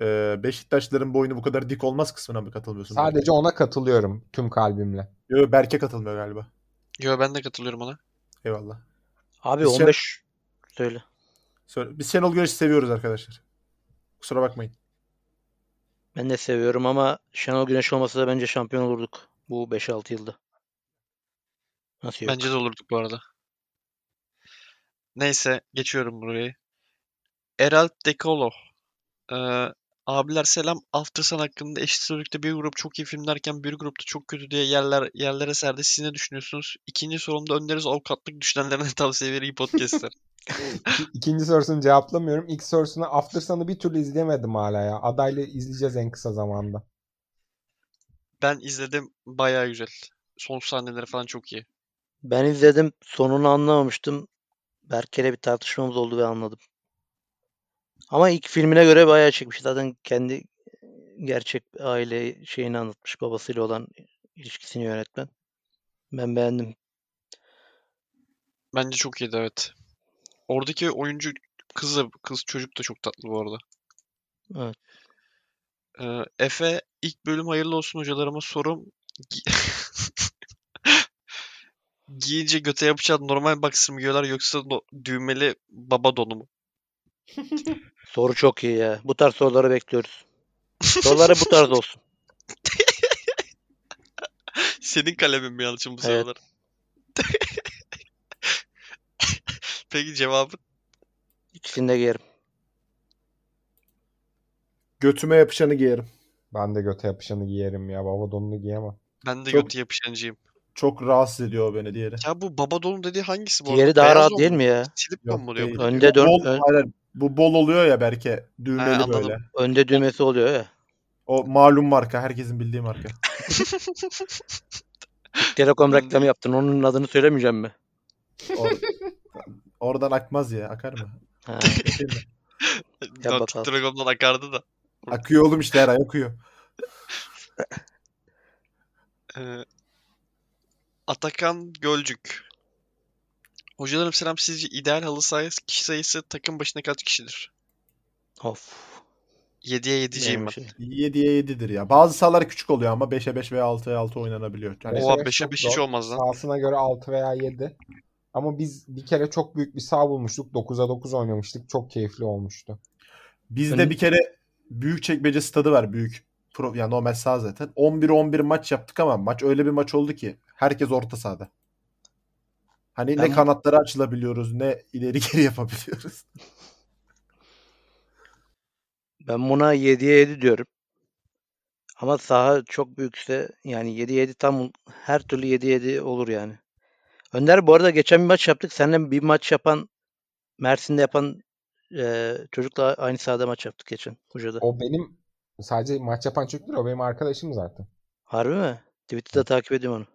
Ee, Beşiktaşların boynu bu kadar dik olmaz kısmına mı katılmıyorsun?
Sadece ona katılıyorum tüm kalbimle.
Yo, yo, Berke katılmıyor galiba.
Yo ben de katılıyorum ona.
Eyvallah.
Abi
Biz şey-
15 söyle.
Söyle. Biz Şenol Güneş'i seviyoruz arkadaşlar. Kusura bakmayın.
Ben de seviyorum ama Şenol Güneş olmasa da bence şampiyon olurduk bu 5-6 yılda. Nasıl yok?
Bence de olurduk bu arada. Neyse geçiyorum burayı. Eralt Dekolo. Ee, abiler selam. Aftersun hakkında eşit sözlükte bir grup çok iyi film derken bir grupta çok kötü diye yerler yerlere serdi. Siz ne düşünüyorsunuz? İkinci sorumda öneririz avukatlık düşünenlerine [LAUGHS] tavsiye verir iyi podcastler.
İki- İkinci sorusunu cevaplamıyorum. İlk sorusuna After Sun'ı bir türlü izleyemedim hala ya. Adaylı izleyeceğiz en kısa zamanda.
Ben izledim. Bayağı güzel. Son sahneleri falan çok iyi.
Ben izledim. Sonunu anlamamıştım. Berker'e bir tartışmamız oldu ve anladım. Ama ilk filmine göre bayağı çekmiş. Zaten kendi e, gerçek aile şeyini anlatmış. Babasıyla olan ilişkisini yönetmen. Ben beğendim.
Bence çok iyiydi evet. Oradaki oyuncu kız da, kız çocuk da çok tatlı bu arada.
Evet.
Ee, Efe ilk bölüm hayırlı olsun hocalarıma sorum. Gi- [LAUGHS] Giyince göte yapışan normal boxer mı giyiyorlar yoksa no- düğmeli baba donu mu? [LAUGHS]
Soru çok iyi ya. Bu tarz soruları bekliyoruz. Soruları bu
[LAUGHS]
tarz olsun.
Senin kalemin mi Yalçın bu
Evet.
sorular? [LAUGHS] Peki cevabı
İkisini de giyerim.
Götüme yapışanı giyerim.
Ben de göte yapışanı giyerim ya. Baba donunu giyemem.
ben de
Çok-
göte yapışancıyım.
Çok rahatsız ediyor o beni diğeri.
Ya bu baba donu dediği hangisi bu arada?
Diğeri daha
Beyaz
rahat
don
değil
mu?
mi ya?
Silip
Yok,
don mu diyor [LAUGHS]
değil.
bu?
Önde dön,
Bol,
ön-
aynen. bu bol oluyor ya Berke.
He,
Düğmeli
anladım.
böyle.
önde düğmesi oluyor ya.
O malum marka. Herkesin bildiği marka.
Telekom
Bilmiyorum.
reklamı yaptın. Onun adını söylemeyeceğim mi?
O- oradan akmaz ya. Akar mı?
[LAUGHS]
Ha.
Akayım mı?
Yap
Dört
bakalım.
Dragon'dan akardı da.
Akıyor oğlum işte her ay akıyor.
Ee, Atakan Gölcük. Hocalarım selam. Sizce ideal halı sayısı, kişi sayısı takım başına kaç kişidir?
Of.
7'ye 7'ciyim ben.
Neymiş ya?
7'ye 7'dir ya. Bazı sahalar küçük oluyor ama 5'e 5 veya 6'ya 6 oynanabiliyor. Yani
Oha
beş
5'e
çok
5 hiç
zor.
olmaz lan.
Sahasına göre 6 veya 7. Ama biz bir kere çok büyük bir sağ bulmuştuk. 9'a 9 oynamıştık. Çok keyifli olmuştu.
Bizde bir kere büyük çekmece stadı var büyük. Pro, yani normal sağ zaten. 11-11 maç yaptık ama maç öyle bir maç oldu ki herkes orta sahada. Hani ne
Ben-
kanatları açılabiliyoruz ne ileri [LAUGHS] geri yapabiliyoruz.
Ben buna 7'ye 7 diyorum. Ama saha çok büyükse yani 7'ye 7 tam her türlü 7'ye 7 olur yani. Önder bu arada geçen bir maç yaptık. Seninle bir maç yapan Mersin'de yapan eee, çocukla aynı sahada maç yaptık geçen hocada.
O benim sadece maç yapan çocuk değil o benim arkadaşım zaten.
Harbi mi? Twitter'da takip ediyorum onu.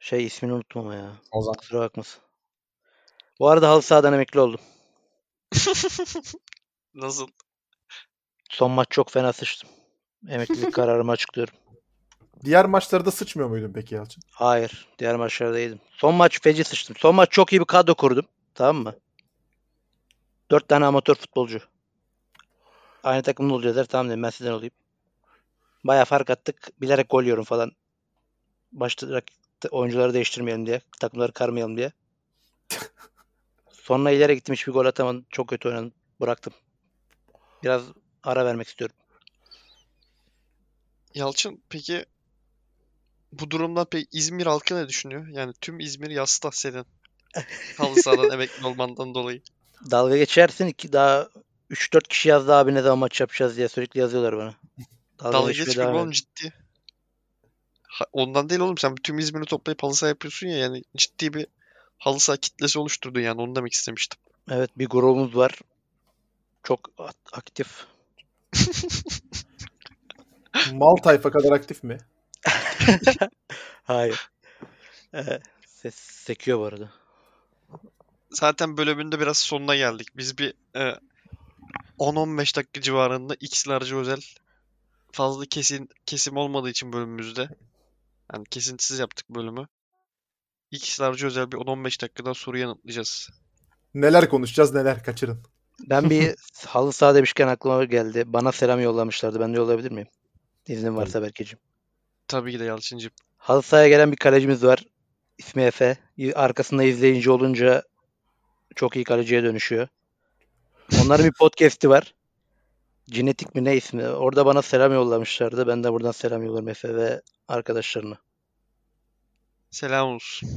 Şey ismini unuttum ama ya.
Ozan.
Kusura bakmasın. Bu arada halı sahadan emekli oldum.
Nasıl?
Son maç çok fena sıçtım. Emeklilik kararımı açıklıyorum.
Diğer maçlarda sıçmıyor muydun peki Yalçın?
Hayır. Diğer maçlardaydım. Son maç feci sıçtım. Son maç çok iyi bir kadro kurdum. Tamam mı? Dört tane amatör futbolcu. Aynı takımda olacaklar. Tamam dedim ben sizden olayım. Baya fark attık. Bilerek gol yiyorum falan. Başta rak- oyuncuları değiştirmeyelim diye. Takımları karmayalım diye. Sonra ileri gittim. Hiçbir gol atamadım. Çok kötü oynadım. Bıraktım. Biraz ara vermek istiyorum.
Yalçın peki bu durumdan pek İzmir halkı ne düşünüyor? Yani tüm İzmir yasla senin halı
[LAUGHS]
sahadan emekli olmandan dolayı.
Dalga geçersin ki daha 3-4 kişi yazdı abi ne zaman maç yapacağız diye sürekli yazıyorlar bana.
Dalga
geçmeye
geçmiyor
devam
oğlum
edin.
ciddi. Ha, ondan değil oğlum sen tüm İzmir'i toplayıp halı saha yapıyorsun ya yani ciddi bir halı saha kitlesi oluşturdun yani onu demek istemiştim.
Evet bir grubumuz var. Çok at- aktif.
Mal tayfa kadar aktif mi?
Hayır. Ee, ses sekiyor bu arada.
Zaten bölümünde biraz sonuna geldik. Biz bir e, 10-15 dakika civarında X'lerce özel fazla kesin kesim olmadığı için bölümümüzde yani kesintisiz yaptık bölümü. X'lerce özel bir 10-15 dakikada soru yanıtlayacağız.
Neler konuşacağız neler kaçırın.
Ben bir halı saha demişken aklıma geldi. Bana selam yollamışlardı. Ben de yollayabilir miyim? İznin varsa Berkeciğim.
Tabii ki de Yalçıncığım.
Halı sahaya gelen bir kalecimiz var. İsmi Efe. Y- Arkasında izleyici olunca çok iyi kaleciye dönüşüyor. Onların bir podcast'i var. Cinetik mi ne ismi? Orada bana selam yollamışlardı. Ben de buradan selam yollarım Efe ve arkadaşlarına.
Selam olsun.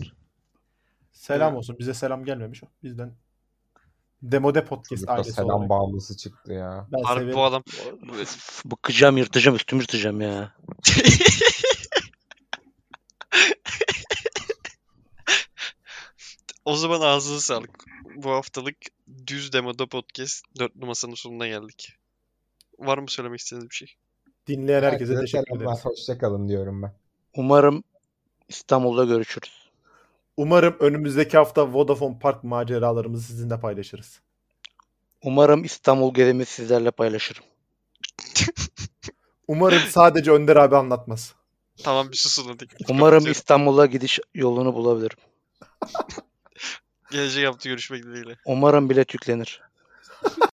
Selam
Evet.
olsun. Bize selam gelmemiş. Bizden Demode Podcast
Çocukta
ailesi
selam
olarak.
bağımlısı çıktı ya.
Ben
Harbi
severim.
bu adam.
Üf, Bıkacağım, yırtacağım, üstümü yırtacağım ya.
O zaman ağzınıza sağlık. Bu haftalık Düz Demoda Podcast 4 numarasının sonuna geldik. Var mı söylemek istediğiniz bir şey?
Dinleyen herkese teşekkür
selamlar.
ederiz.
Hoşçakalın diyorum ben.
Umarım İstanbul'da görüşürüz.
Umarım önümüzdeki hafta Vodafone Park maceralarımızı sizinle paylaşırız.
Umarım İstanbul gezimi sizlerle paylaşırım.
Umarım sadece Önder abi anlatmaz.
Tamam bir susun hadi.
Umarım
Kapatıyorum.
İstanbul'a gidiş yolunu bulabilirim.
Gelecek hafta görüşmek dileğiyle.
Umarım bilet yüklenir.